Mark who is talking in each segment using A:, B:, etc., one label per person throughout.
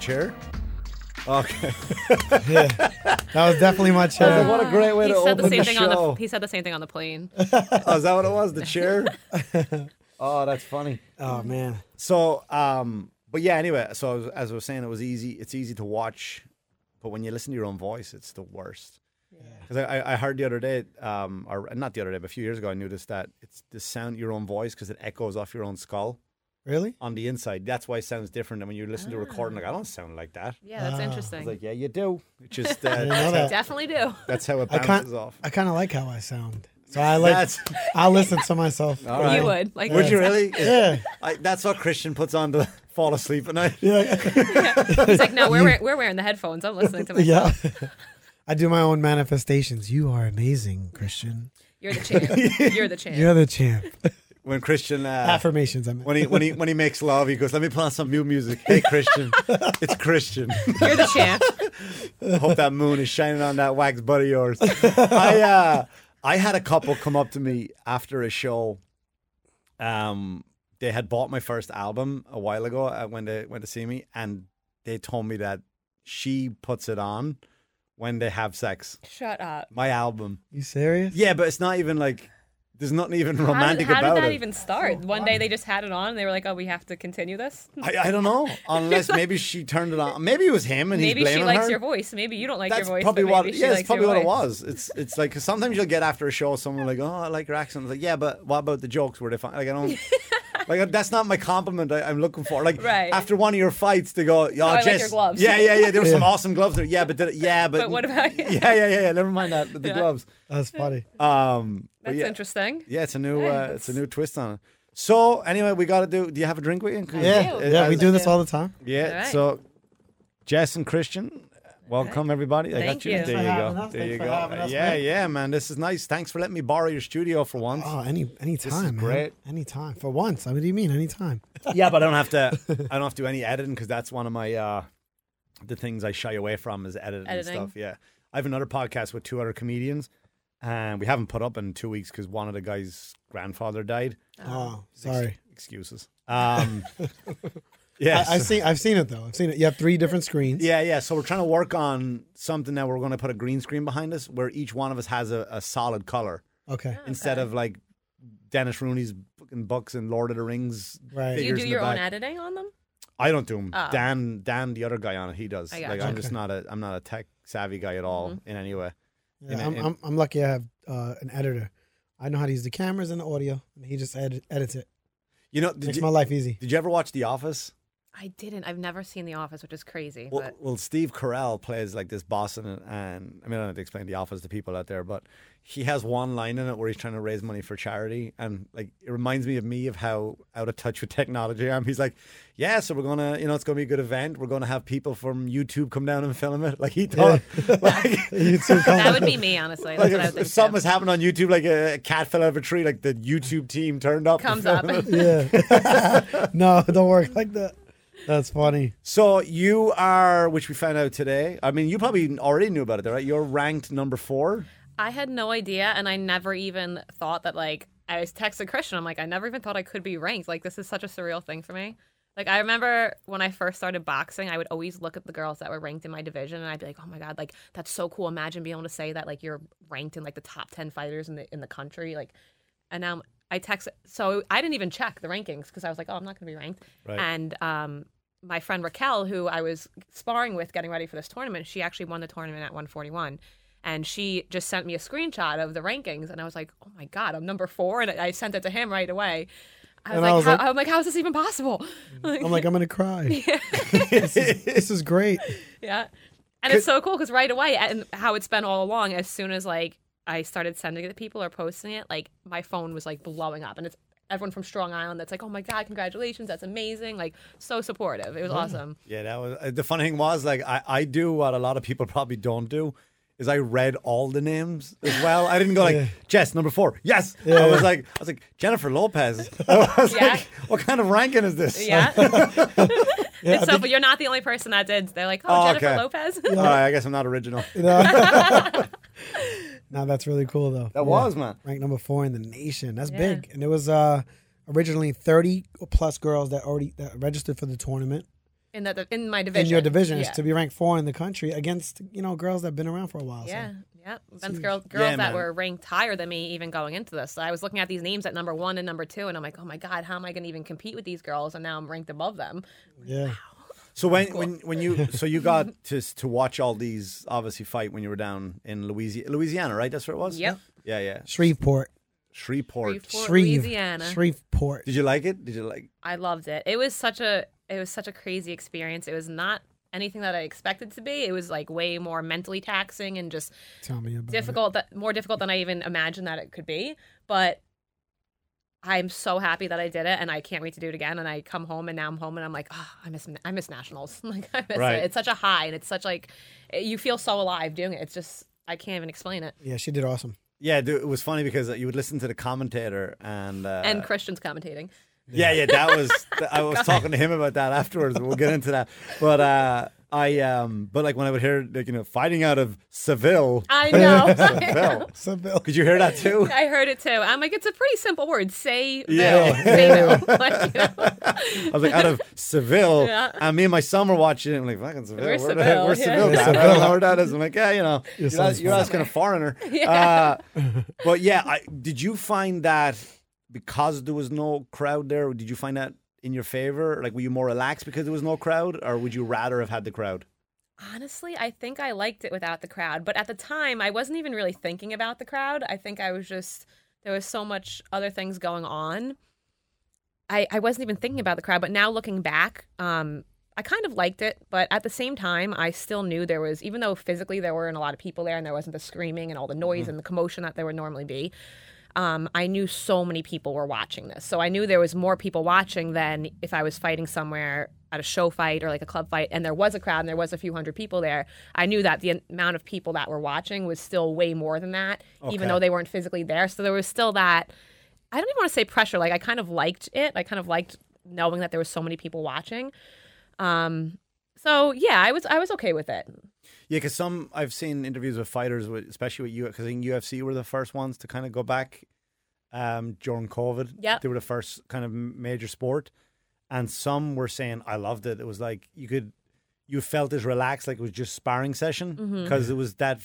A: chair? Okay.
B: That was definitely my
A: I was like,
B: chair.
A: what a great way
C: He
A: to
C: said
A: open
C: the
A: the,
C: same thing on
A: show.
C: the. He said the same thing on the plane.
A: oh, is that what it was? The chair? oh, that's funny.
B: Oh man.
A: So, um, but yeah, anyway, so as, as I was saying, it was easy. It's easy to watch, but when you listen to your own voice, it's the worst. Because I I, I heard the other day, um, or not the other day, but a few years ago, I noticed that it's the sound of your own voice because it echoes off your own skull
B: Really?
A: on the inside. That's why it sounds different than when you listen to a recording.
B: Ah.
A: Like I don't sound like that.
C: Yeah, that's
A: I
C: interesting.
A: was Ah, like, yeah, you do. It's just
B: know
A: uh,
B: that.
C: Definitely do.
A: that's how it
B: I
A: bounces
B: kind
A: off.
B: I kind of like how I sound. So I like.
A: That's-
B: I listen to myself.
A: All right.
C: You would like.
A: Would you really?
B: Yeah.
A: I, that's what Christian puts on to fall asleep at night.
B: Yeah.
C: He's like, no, we're wearing, we're wearing the headphones. I'm listening to myself.
B: yeah. I do my own manifestations. You are amazing, Christian.
C: You're the champ. You're the champ.
B: You're the champ.
A: When Christian uh,
B: Affirmations. I mean.
A: when he when he when he makes love, he goes, "Let me play on some new music." Hey, Christian, it's Christian.
C: You're the champ.
A: Hope that moon is shining on that wax butt of yours. I uh, I had a couple come up to me after a show. Um, they had bought my first album a while ago uh, when they went to see me, and they told me that she puts it on when they have sex.
C: Shut up.
A: My album,
B: you serious?
A: yeah, but it's not even like there's nothing even
C: How did,
A: romantic
C: how did
A: about
C: that
A: it.
C: even start? One day they just had it on and they were like, oh, we have to continue this.
A: I, I don't know. Unless maybe she turned it on. Maybe it was him and
C: Maybe
A: he's
C: she
A: blaming
C: likes
A: her.
C: your voice. Maybe you don't like
A: That's
C: your voice.
A: probably
C: but
A: what.
C: maybe she
A: Yeah,
C: likes
A: it's probably
C: your
A: what it was.
C: voice.
A: It's it's like cause sometimes you'll get after a show, someone like, oh, I like your accent. It's like, yeah, but what about the jokes? Were they fun? Like, I don't. Like that's not my compliment I, I'm looking for. Like
C: Right.
A: after one of your fights, they go, "Oh,
C: I like your
A: Jess-
C: gloves."
A: Yeah, yeah, yeah. There were some awesome gloves there. Yeah, but did it- yeah, but,
C: But what about-
A: yeah, yeah, yeah, yeah. Never mind that the gloves.
B: That's funny.
A: Um, but
C: That's
A: yeah,
C: interesting.
A: yeah, it's a new
C: Yeah,
A: uh, it's a new twist on it. So anyway, we got to do. Do you have a drink with you? 'Cause
B: Yeah.
A: it-
B: Yeah. We
A: as-
B: do this all the time.
A: yeah.
C: All right.
A: So, Jess and Christian, welcome everybody. I
C: Thank
A: got you.
C: you.
A: There
C: Thanks
B: for
A: you
B: having
A: go.
B: us.
A: There
B: Thanks
A: you
B: for
A: go.
B: having us,
A: yeah,
B: man.
A: yeah, man. This is nice. Thanks for letting me borrow your studio for once.
B: Oh, any any time, man.
A: great.
B: Any time for once. I mean, what do you mean any time?
A: yeah, but I don't have to. I don't have to do any editing because that's one of my uh, the things I shy away from is editing,
C: Editing.
A: and stuff. Yeah, I have another podcast with two other comedians, and we haven't put up in two weeks because one of the guys' grandfather died.
B: Oh, sorry.
A: Excuses. Um, yeah,
B: I, I've
A: so-
B: seen I've seen it though. I've seen it. You have three different screens.
A: Yeah, yeah. So we're trying to work on something that we're going to put a green screen behind us, where each one of us has a, a solid color
B: Okay.
A: instead of like Dennis Rooney's fucking books and Lord of the Rings.
B: Right.
C: You
A: figures
C: do
A: in the
C: your own
A: back.
C: editing on them?
A: I don't do them.
C: Oh.
A: Dan, Dan, the other guy on it, he does.
C: I Mm-hmm.
A: Like
C: got
A: I'm just not a, I'm not a tech savvy guy at all in any way.
B: Yeah,
A: In-
B: I'm,
A: in-
B: I'm I'm lucky. I have uh, an editor. I know how to use the cameras and the audio. And he just edit, edits it.
A: You know, did
B: Makes
A: you,
B: my life easy.
A: did you ever watch The Office?
C: I didn't. I've never seen The Office, which is crazy.
A: Well, well, Steve Carell plays like this boss, in it, and I mean, I don't have to explain The Office to people out there, but he has one line in it where he's trying to raise money for charity, and like it reminds me of me of how out of touch with technology I am. He's like, "Yeah, so we're gonna, you know, it's gonna be a good event. We're gonna have people from YouTube come down and film it." Like he thought, like,
B: YouTube
C: But that
B: comment.
C: would be me, honestly. That's
A: like
C: what I
A: if,
C: would
A: if
C: think.
A: something
C: too.
A: was happening on YouTube, like a, a cat fell out of a tree, like the YouTube team turned up. to
C: Comes
A: film
C: up.
A: it.
B: yeah. no, don't work like that. That's funny.
A: So you are, which we found out today. I mean, you probably already knew about it, right? You're ranked number four.
C: I had no idea, and I never even thought that like I was texting Christian. I'm like, I never even thought I could be ranked. Like this is such a surreal thing for me. Like I remember when I first started boxing, I would always look at the girls that were ranked in my division, and I'd be like, "Oh my god, like that's so cool! Imagine being able to say that like you're ranked in like the top ten fighters in the in the country." Like, and now I text. So I didn't even check the rankings because I was like, "Oh, I'm not going to be ranked."
A: Right.
C: And um, my friend Raquel, who I was sparring with getting ready for this tournament, she actually won the tournament at 141. And she just sent me a screenshot of the rankings, and I was like, "Oh my god, I'm number four. And I I sent it to him right away. I was,
B: And
C: like,
B: I was
C: how,
B: like- Mm.
C: "I'm like, how is this even possible?" Like,
B: I'm like I'm gonna cry. this, is, this is great.
C: yeah, and it's so cool because right away, and how it's been all along. As soon as like I started sending it to people or posting it, like my phone was like blowing up, and it's everyone from Strong Island that's like, "Oh my god, congratulations, that's amazing!" Like so supportive. It was awesome.
A: Yeah, that was uh, the funny thing was like I, I do what a lot of people probably don't do is I read all the names as well. I didn't go like Jess number four. Yes, I was like I was like Jennifer Lopez. I was
C: Yeah.
A: like, what kind of ranking is this?
C: Yeah. it's so, but you're not the only person that did. They're like, oh,
A: Oh,
C: Jennifer
A: okay.
C: Lopez.
A: All right, I guess I'm not original. That
B: Now that's really cool though. Yeah.
A: was man.
B: ranked number four in the nation. That's big. And it was uh, originally 30 plus girls that already that registered for the tournament.
C: in that in my division.
B: in your division
C: yeah.
B: is to be ranked four in the country against you know girls that've been around for a while. so.
C: Yeah, yeah. Men's girls, girls that
A: man.
C: were ranked higher than me even going into this. So I was looking at these names at number one and number two, and I'm like, oh my god, how am I going to even compete with these girls? And now I'm ranked above them.
B: yeah.
A: So when, when when you so you got to s- to watch all these obviously fight when you were down in Louisiana, Louisiana, right? That's where it was.
C: Yep.
A: Yeah, yeah.
B: Shreveport,
A: Shreveport.
C: Shreveport,
B: Shreve,
C: Louisiana.
B: Shreveport.
A: Did you like it? Did you like?
C: I loved it. It was such a it was such a crazy experience. It was not anything that I expected to be. It was like way more mentally taxing and just
B: Tell me
A: Mm-hmm.
B: about it.
C: difficult that more difficult than I even imagined that it could be. But I'm so happy that I did it, and I can't wait to do it again. And I come home, and now I'm home, and I'm like, oh, I miss I miss nationals. like I miss
A: Right.
C: it. It's such a high, and it's such like you feel so alive doing it. It's just I can't even explain it.
B: Yeah, she did awesome.
A: Yeah, dude, it was funny because uh, you would listen to the commentator and uh,
C: And Christian's commentating.
A: Yeah, yeah, that was. I was talking to him about that afterwards. We'll get into that. But uh, I, um, but like when I would hear, like, you know, fighting out of Seville,
C: I know.
A: Seville.
B: So
C: Ah.
B: Bill,
A: Could you hear that too?
C: I heard it too. I'm like, it's a pretty simple word. Say
A: Yeah.
C: yeah. Say no. Like, you know.
A: I was like, out of Seville.
C: Yeah.
A: And me and my son were watching it. I'm like, fucking Seville.
C: Where's
A: where
C: Seville?
A: Where's
C: Yeah.
A: Seville?
B: Where's
A: Dad? I don't know where that is. I'm like, yeah, you know, you're,
B: son's
A: as- you're
B: fine.
A: asking a foreigner. Uh, but yeah, I, did you find that because there was no crowd there, did you find that in your favor? Like, were you more relaxed because there was no crowd, or would you rather have had the crowd?
C: Honestly, I think I liked it without the crowd. But at the time, I wasn't even really thinking about the crowd. I think I was just there was so much other things going on. I I wasn't even thinking about the crowd. But now looking back, um, I kind of liked it. But at the same time, I still knew there was even though physically there weren't a lot of people there and there wasn't the screaming and all the noise and the commotion that there would normally be. Um, I knew so many people were watching this, so I knew there was more people watching than if I was fighting somewhere at a show fight or like a club fight, and there was a crowd and there was a few hundred people there. I knew that the amount of people that were watching was still way more than that,
A: Okay.
C: even though they weren't physically there. So there was still that. I don't even want to say pressure. Like I kind of liked it. I kind of liked knowing that there was so many people watching. Um, so yeah, I was I was okay with it.
A: Yeah, because some I've seen interviews with fighters, with, especially with you, because I think UFC were the first ones to kind of go back um, during COVID.
C: Yep.
A: they were the first kind of major sport, and some were saying I loved it. It was like you could, you felt as relaxed, like it was just sparring session,
C: Mm-hmm.
A: because it was that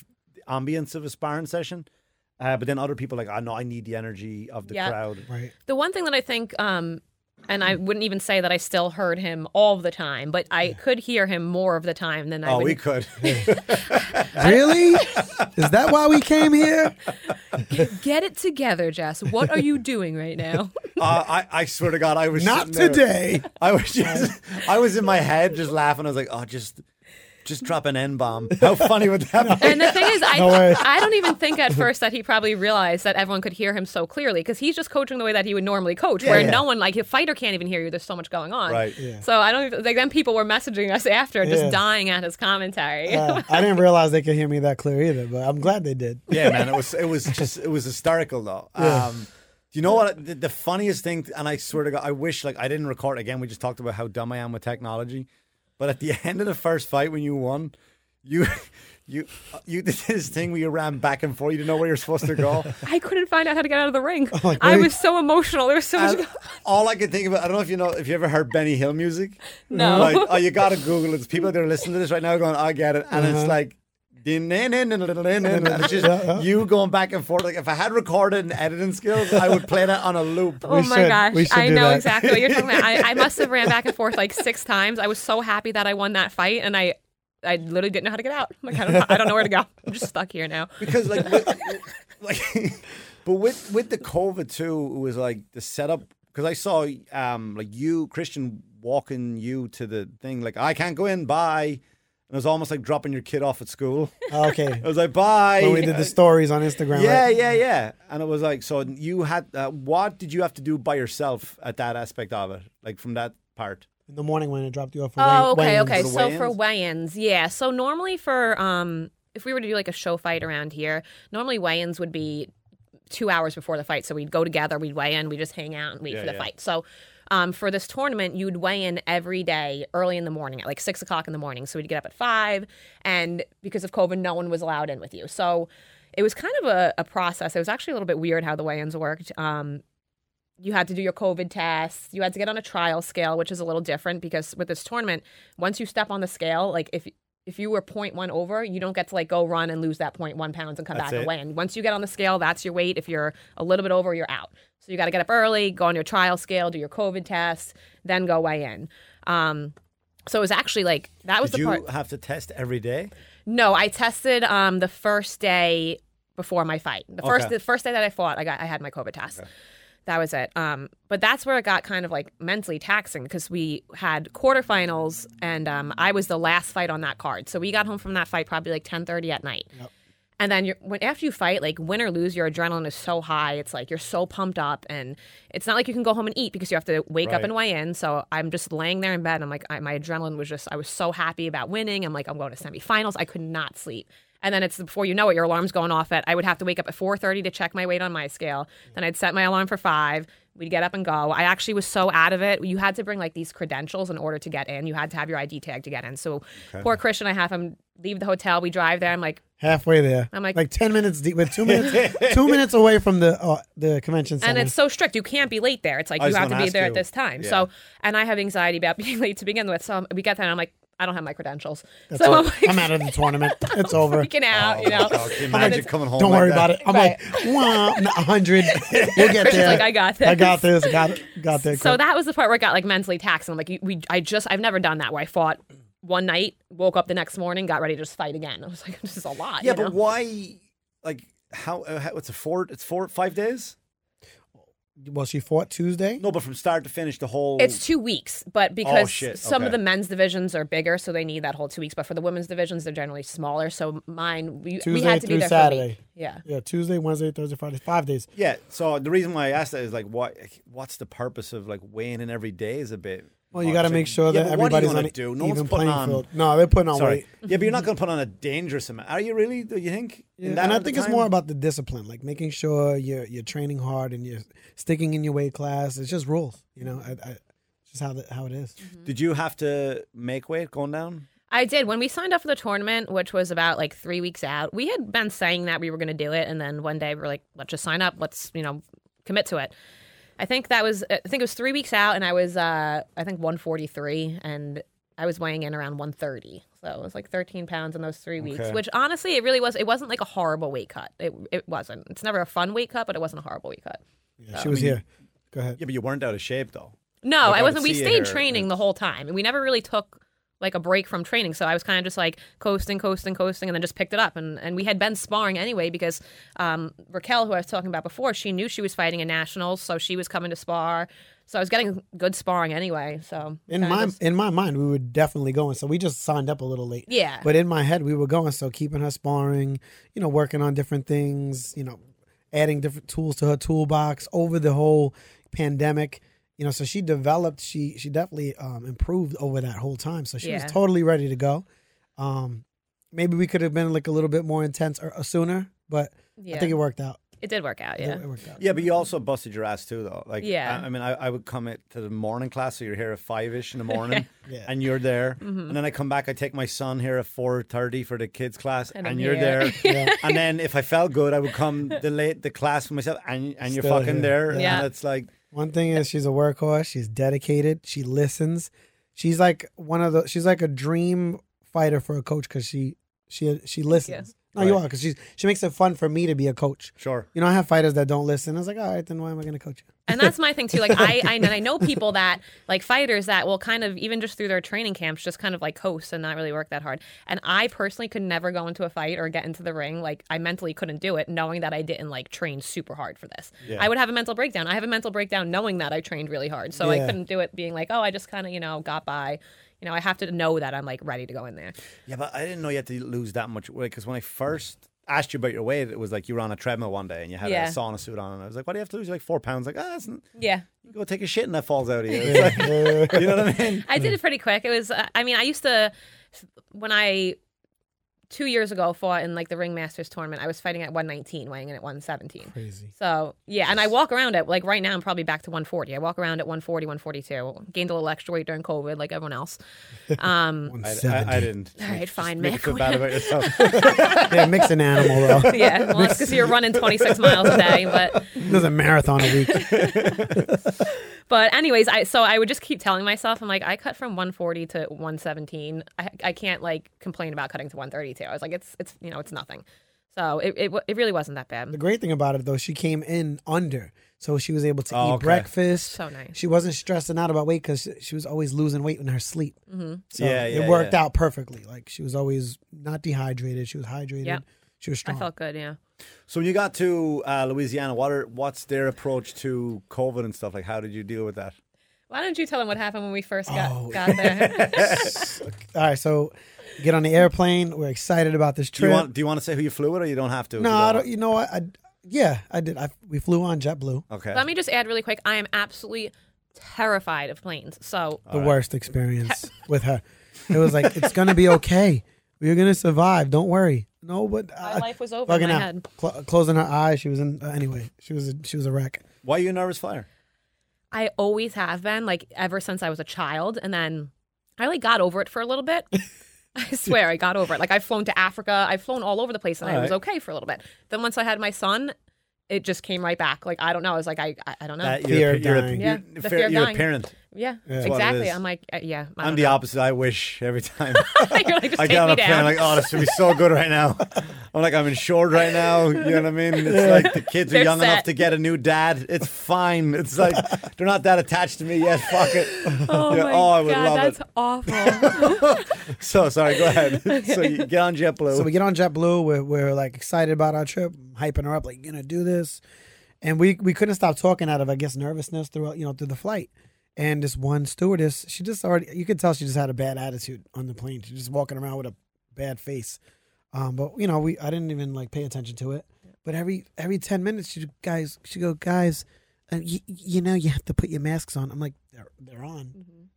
A: ambience of a sparring session. Uh, but then other people like, I know I need the energy of the
C: Yeah.
A: crowd.
B: right?
C: The one thing that I think, um, and I wouldn't even say that I still heard him all of the time, but I could hear him more of the time than I
A: Oh,
C: would.
A: we could.
B: Really? Is that why we came here?
C: Get it together, Jess. What are you doing right now?
A: uh, I, I swear to God, I was
B: Not
A: sitting there-
B: today.
A: I was just, I was in my head just laughing. I was like, oh, just, just drop an N bomb. How funny would that be?
C: And the thing is, I,
B: No way.
C: I don't even think at first that he probably realized that everyone could hear him so clearly because he's just coaching the way that he would normally coach, where
A: yeah.
C: no one, like a fighter, can't even hear you. There's so much going on.
A: Right. Yeah.
C: So I don't even, like, then people were messaging us after just
B: Yeah.
C: dying at his commentary.
B: Uh, I didn't realize they could hear me that clear either, but I'm glad they did.
A: Yeah, man, it was, it was just, it was hysterical though. Um, do you know what the, the funniest thing? And I swear to God, I wish like I didn't record again. We just talked about how dumb I am with technology, but at the end of the first fight when you won, you, you, uh, you did this thing where you ran back and forth. You didn't know where you're supposed to go.
C: I couldn't find out how to get out of the ring.
B: Oh my
C: I
B: God.
C: was so emotional. There was so much.
A: And all I could think about, I don't know if you know, if you ever heard Benny Hill music.
C: No.
A: Like, oh, you gotta Google it. There's people that are listening to this right now going, I get it. And it's like, din- din- din- din- din- din- din. and
B: Uh-huh.
A: it's
B: Yeah, yeah.
A: just you going back and forth. Like, if I had recorded and editing skills, I would play that on a loop.
C: Oh
B: We
C: my
B: should-
C: gosh.
B: we should
C: I
B: do
C: know
B: that.
C: exactly what you're talking about. I, I must have ran back and forth like six times. I was so happy that I won that fight and I I literally didn't know how to get out. Like I don't know, I don't know where to go. I'm just stuck here now.
A: Because, like, with, like but with, with the COVID too, it was like the setup. Because I saw, um, like, you, Christian, walking you to the thing, like, I can't go in, bye. And it was almost like dropping your kid off at school.
B: Okay.
A: I was like, bye.
B: When we did the stories on Instagram.
A: Yeah,
B: right?
A: yeah, yeah. And it was like, so you had, uh, what did you have to do by yourself at that aspect of it? Like from that part?
B: In the morning when it dropped you off. for
C: Oh,
B: weigh- weigh-ins.
C: okay, okay.
A: For the
C: so for weigh-ins, yeah. So normally for um, if we were to do like a show fight around here, normally weigh-ins would be two hours before the fight. So we'd go together, we'd weigh in, we just hang out and wait
A: Yeah,
C: for the
A: yeah.
C: fight. So. Um, for this tournament, you'd weigh in every day early in the morning at like six o'clock in the morning. So we'd get up at five, and because of COVID, no one was allowed in with you. So it was kind of a, a process. It was actually a little bit weird how the weigh-ins worked. Um, you had to do your COVID tests. You had to get on a trial scale, which is a little different because with this tournament, once you step on the scale, like if if you were 0.1 over, you don't get to like go run and lose that 0.1 pounds and come
A: That's
C: back
A: it.
C: and weigh. And once you get on the scale, that's your weight. If you're a little bit over, you're out. So you got to get up early, go on your trial scale, do your COVID test, then go weigh in. Um, so it was actually like that was
A: Did
C: the
A: you
C: part.
A: have to test every day?
C: No, I tested um, the first day before my fight. The first
A: Okay.
C: the first day that I fought, I got I had my COVID test. That was it. Um, but that's where it got kind of like mentally taxing because we had quarterfinals and um, I was the last fight on that card. So we got home from that fight probably like ten thirty at night. And then you're, when after you fight, like win or lose, your adrenaline is so high. It's like you're so pumped up, and it's not like you can go home and eat because you have to wake up
A: Right.
C: and weigh in. So I'm just laying there in bed. And I'm like, I, my adrenaline was just. I was so happy about winning. I'm like, I'm going to semifinals. I could not sleep. And then it's before you know it, your alarm's going off. At I would have to wake up at 4:30 to check my weight on my scale. Then I'd set my alarm for five. We'd get up and go. I actually was so out of it. You had to bring like these credentials in order to get in. You had to have your ID tag to get in. So poor Christian, I have him leave the hotel. We drive there. I'm like,
B: halfway there.
C: I'm like-
B: like ten minutes deep. We're two minutes, two minutes away from the uh, the convention center.
C: and it's so strict. You can't be late there. It's like
A: I
C: you
A: was
C: have to
A: gonna
C: be
A: ask
C: there
A: you.
C: at this time.
A: Yeah.
C: So, and I have anxiety about being late to begin with. So we get there, and I'm like, I don't have my credentials.
B: That's
C: so
B: all.
C: I'm like Oh
B: I'm out of the tournament. It's over.
C: freaking out, you know.
A: Oh, can you
C: And
A: imagine
C: it's-
A: coming home.
B: Don't
A: like
B: worry
A: that?
B: about it. I'm like, wow, a hundred. We'll get
C: Christian's
B: there.
C: like, I got this.
B: I got this. I got it. Got that.
C: So that was the part where it got like mentally taxing. I'm like, you- we, I just, I've never done that where I fought one night, woke up the next morning, got ready to just fight again. I was like, this is a lot.
A: Yeah,
C: you
A: but
C: know?
A: why? Like, how, uh, how? It's a four. It's four, five days.
B: well, she fought Tuesday.
A: No, but from start to finish, the whole.
C: It's two weeks, but because
A: shit,
C: some of
A: okay.
C: the men's divisions are bigger, so they need that whole two weeks. But for the women's divisions, they're generally smaller. So mine, we, we
B: Tuesday
C: had to be
B: through
C: there for a week.
B: Saturday.
C: Yeah.
B: Yeah, Tuesday, Wednesday, Thursday, Friday, five days.
A: Yeah. So the reason why I asked that is like, what? What's the purpose of like weighing in every day? Is a bit.
B: Well, you got to
A: much.
B: make sure
A: Yeah,
B: that
A: but what are
B: everybody's
A: you
B: on
A: gonna
B: an
A: do? No
B: even
A: one's putting
B: playing
A: on.
B: field. No, they're putting on
A: Sorry.
B: weight.
A: Yeah, but you're not going to put on a dangerous amount. Are you really? Do you think? In that
B: and I
A: amount of
B: think it's
A: time?
B: more about the discipline, like making sure you're you're training hard and you're sticking in your weight class. It's just rules, you know. I, I, it's just how the, how it is.
A: Did you have to make weight going down?
C: I did. When we signed up for the tournament, which was about like three weeks out, we had been saying that we were going to do it, and then one day we were like, "Let's just sign up. Let's you know commit to it." I think that was. I think it was three weeks out, and I was uh, I think 143, and I was weighing in around 130. So it was like 13 pounds in those three weeks,
A: Okay.
C: which honestly, it really was. It wasn't like a horrible weight cut. It it wasn't. It's never a fun weight cut, but it wasn't a horrible weight cut.
B: Yeah, she was here. Go ahead.
A: Yeah, but you weren't out of shape though.
C: No,
A: Like, I
C: I
A: would
C: wasn't. We
A: see
C: stayed
A: her,
C: training the whole time, and we never really took like a break from training. So I was kind of just like coasting, coasting, coasting, and then just picked it up. And and we had been sparring anyway because um, Raquel, who I was talking about before, she knew she was fighting in nationals, so she was coming to spar. So I was getting good sparring anyway. So
B: In
C: kinda
B: my
C: just-
B: in my mind, we were definitely going. So we just signed up a little late.
C: yeah,
B: But in my head, we were going. So keeping her sparring, you know, working on different things, you know, adding different tools to her toolbox over the whole pandemic. You know, so she developed. She she definitely um, improved over that whole time. So she
C: Yeah.
B: was totally ready to go. Um, maybe we could have been like a little bit more intense or, or sooner, but
C: yeah.
B: I think it worked out.
C: it did work out.
B: It-
C: Yeah,
B: It, worked out.
A: Yeah, but you also busted your ass too, though. Like,
C: Yeah.
A: I, I mean, I, I would come it to the morning class, so you're here at five ish in the morning,
B: Yeah.
A: and you're there.
C: Mm-hmm.
A: And then I come back, I take my son here at four thirty for the kids class, and,
C: And I'm
A: you're
C: here.
A: there. And then if I felt good, I would come the late the class with myself, and and you're
B: Still
A: fucking
B: here.
A: there.
C: Yeah.
A: And it's like,
B: One thing is she's a workhorse. She's dedicated. She listens. She's like one of the. She's like a dream fighter for a coach because she she she listens. No, you are
A: Right.
B: because she's she makes it fun for me to be a coach.
A: sure.
B: You know, I have fighters that don't listen. I was like, all right, then why am I going to coach you?
C: and that's my thing too. Like I, I and I know people that like fighters that will kind of even just through their training camps just kind of like coast and not really work that hard. And I personally could never go into a fight or get into the ring. Like I mentally couldn't do it, knowing that I didn't like train super hard for this.
A: Yeah.
C: I would have a mental breakdown. I have a mental breakdown knowing that I trained really hard, so I
B: Yeah.
C: couldn't do it. Being like, oh, I just kind of you know got by. You know, I have to know that I'm like ready to go in there.
A: Yeah, but I didn't know you had to lose that much weight because when I first asked you about your weight, it was like you were on a treadmill one day and you had
C: Yeah.
A: a sauna suit on, and I was like, "Why do you have to lose like four pounds?" Like, ah, that's n-
C: Yeah.
A: you go take a shit and that falls out of you. It's like- you know what I mean?
C: I did it pretty quick. It was, uh, I mean, I used to, when I two years ago fought in like the ringmasters tournament. I was fighting at 119, weighing in at 117.
B: Crazy.
C: So yeah, and I walk around at like right now I'm probably back to 140. I walk around at 140, 142. Gained a little extra weight during COVID, like everyone else. Um,
A: I,
B: 170.
A: I, I didn't.
C: All right,
A: Just
C: fine,
A: Make you
C: Mick,
A: feel bad about yourself.
B: yeah, mix an animal though.
C: yeah, well, it's because you're running 26 miles a day, but
B: There's a marathon a week.
C: But anyways, I so I would just keep telling myself, I'm like, I cut from 140 to 117. I, I can't like complain about cutting to 132. I was like, it's it's you know it's nothing. So it it, wa- it really wasn't that
B: The
C: bad.
B: great thing about it though, she came in under, so she was able to
A: Oh,
B: eat
A: okay.
B: breakfast.
C: So nice.
B: She wasn't stressing out about weight because she, she was always losing weight in her sleep.
C: Mhm.
B: So
A: Yeah, yeah,
B: it worked
A: yeah.
B: out perfectly. Like she was always not dehydrated. She was hydrated.
C: Yeah.
B: She was
C: I
B: strong.
C: felt good. Yeah.
A: so when you got to uh, Louisiana, what are, what's their approach to COVID and stuff? Like, how did you deal with that?
C: Why don't you tell them what happened when we first got
B: Oh.
C: got there?
B: All right, so get on the airplane. We're excited about this
A: Do
B: trip.
A: you want Do you want to say who you flew with, or you don't have to? if
B: no,
A: you
B: I don't, you know what? I, yeah, I did. I, we flew on JetBlue.
A: Okay.
C: Let me just add really quick. I am absolutely terrified of planes. So
B: the worst experience with her. It was like it's gonna be okay. We're gonna survive. Don't worry. No, but
C: my
B: uh,
C: life was over in
B: fucking
C: my
B: out.
C: head.
B: Cl- closing her eyes. She was in uh, anyway. She was a, she was a wreck.
A: Why are you a nervous flyer?
C: I always have been like ever since I was a child, and then I like got over it for a little bit. I swear, I got over it. Like I've flown to Africa, I've flown all over the place, and I was
A: Alright.
C: okay for a little bit. Then once I had my son, it just came right back. Like I don't know. I was like, I, I, I don't know.
A: That
B: Fear
A: Uh, you're,
B: of
A: you're,
B: dying.
A: You're,
C: Yeah, the fear of
A: you're
C: dying.
A: a parent.
C: yeah,
B: That's
A: what it
C: exactly.
A: is.
C: I'm like, uh, yeah. I
A: I'm
C: don't
A: the opposite. I wish every time
C: know. You're like, just
A: I
C: take
A: get on
C: me
A: a plane,
C: down.
A: I'm like, oh, this would be so good right now. I'm like, I'm insured right now. You know what I mean? It's like the kids are
C: They're
A: young enough
C: set.
A: to get a new dad. It's fine. It's like they're not that attached to me yet. Fuck it.
C: oh
A: Yeah,
C: my
A: oh, I would
C: god,
A: love
C: that's
A: it.
C: awful.
A: So sorry. Go ahead. So you get on JetBlue.
B: So we get on JetBlue. We're, we're like excited about our trip, hyping her up, like gonna do this, and we we couldn't stop talking out of I guess nervousness throughout you know through the flight. And this one stewardess, she just already you could tell she just had a bad attitude on the plane. She's just walking around with a bad face. Um, but you know we I didn't even like pay attention to it. But every every ten minutes, she guys she go guys, uh, y- you know you have to put your masks on. I'm like they're they're on.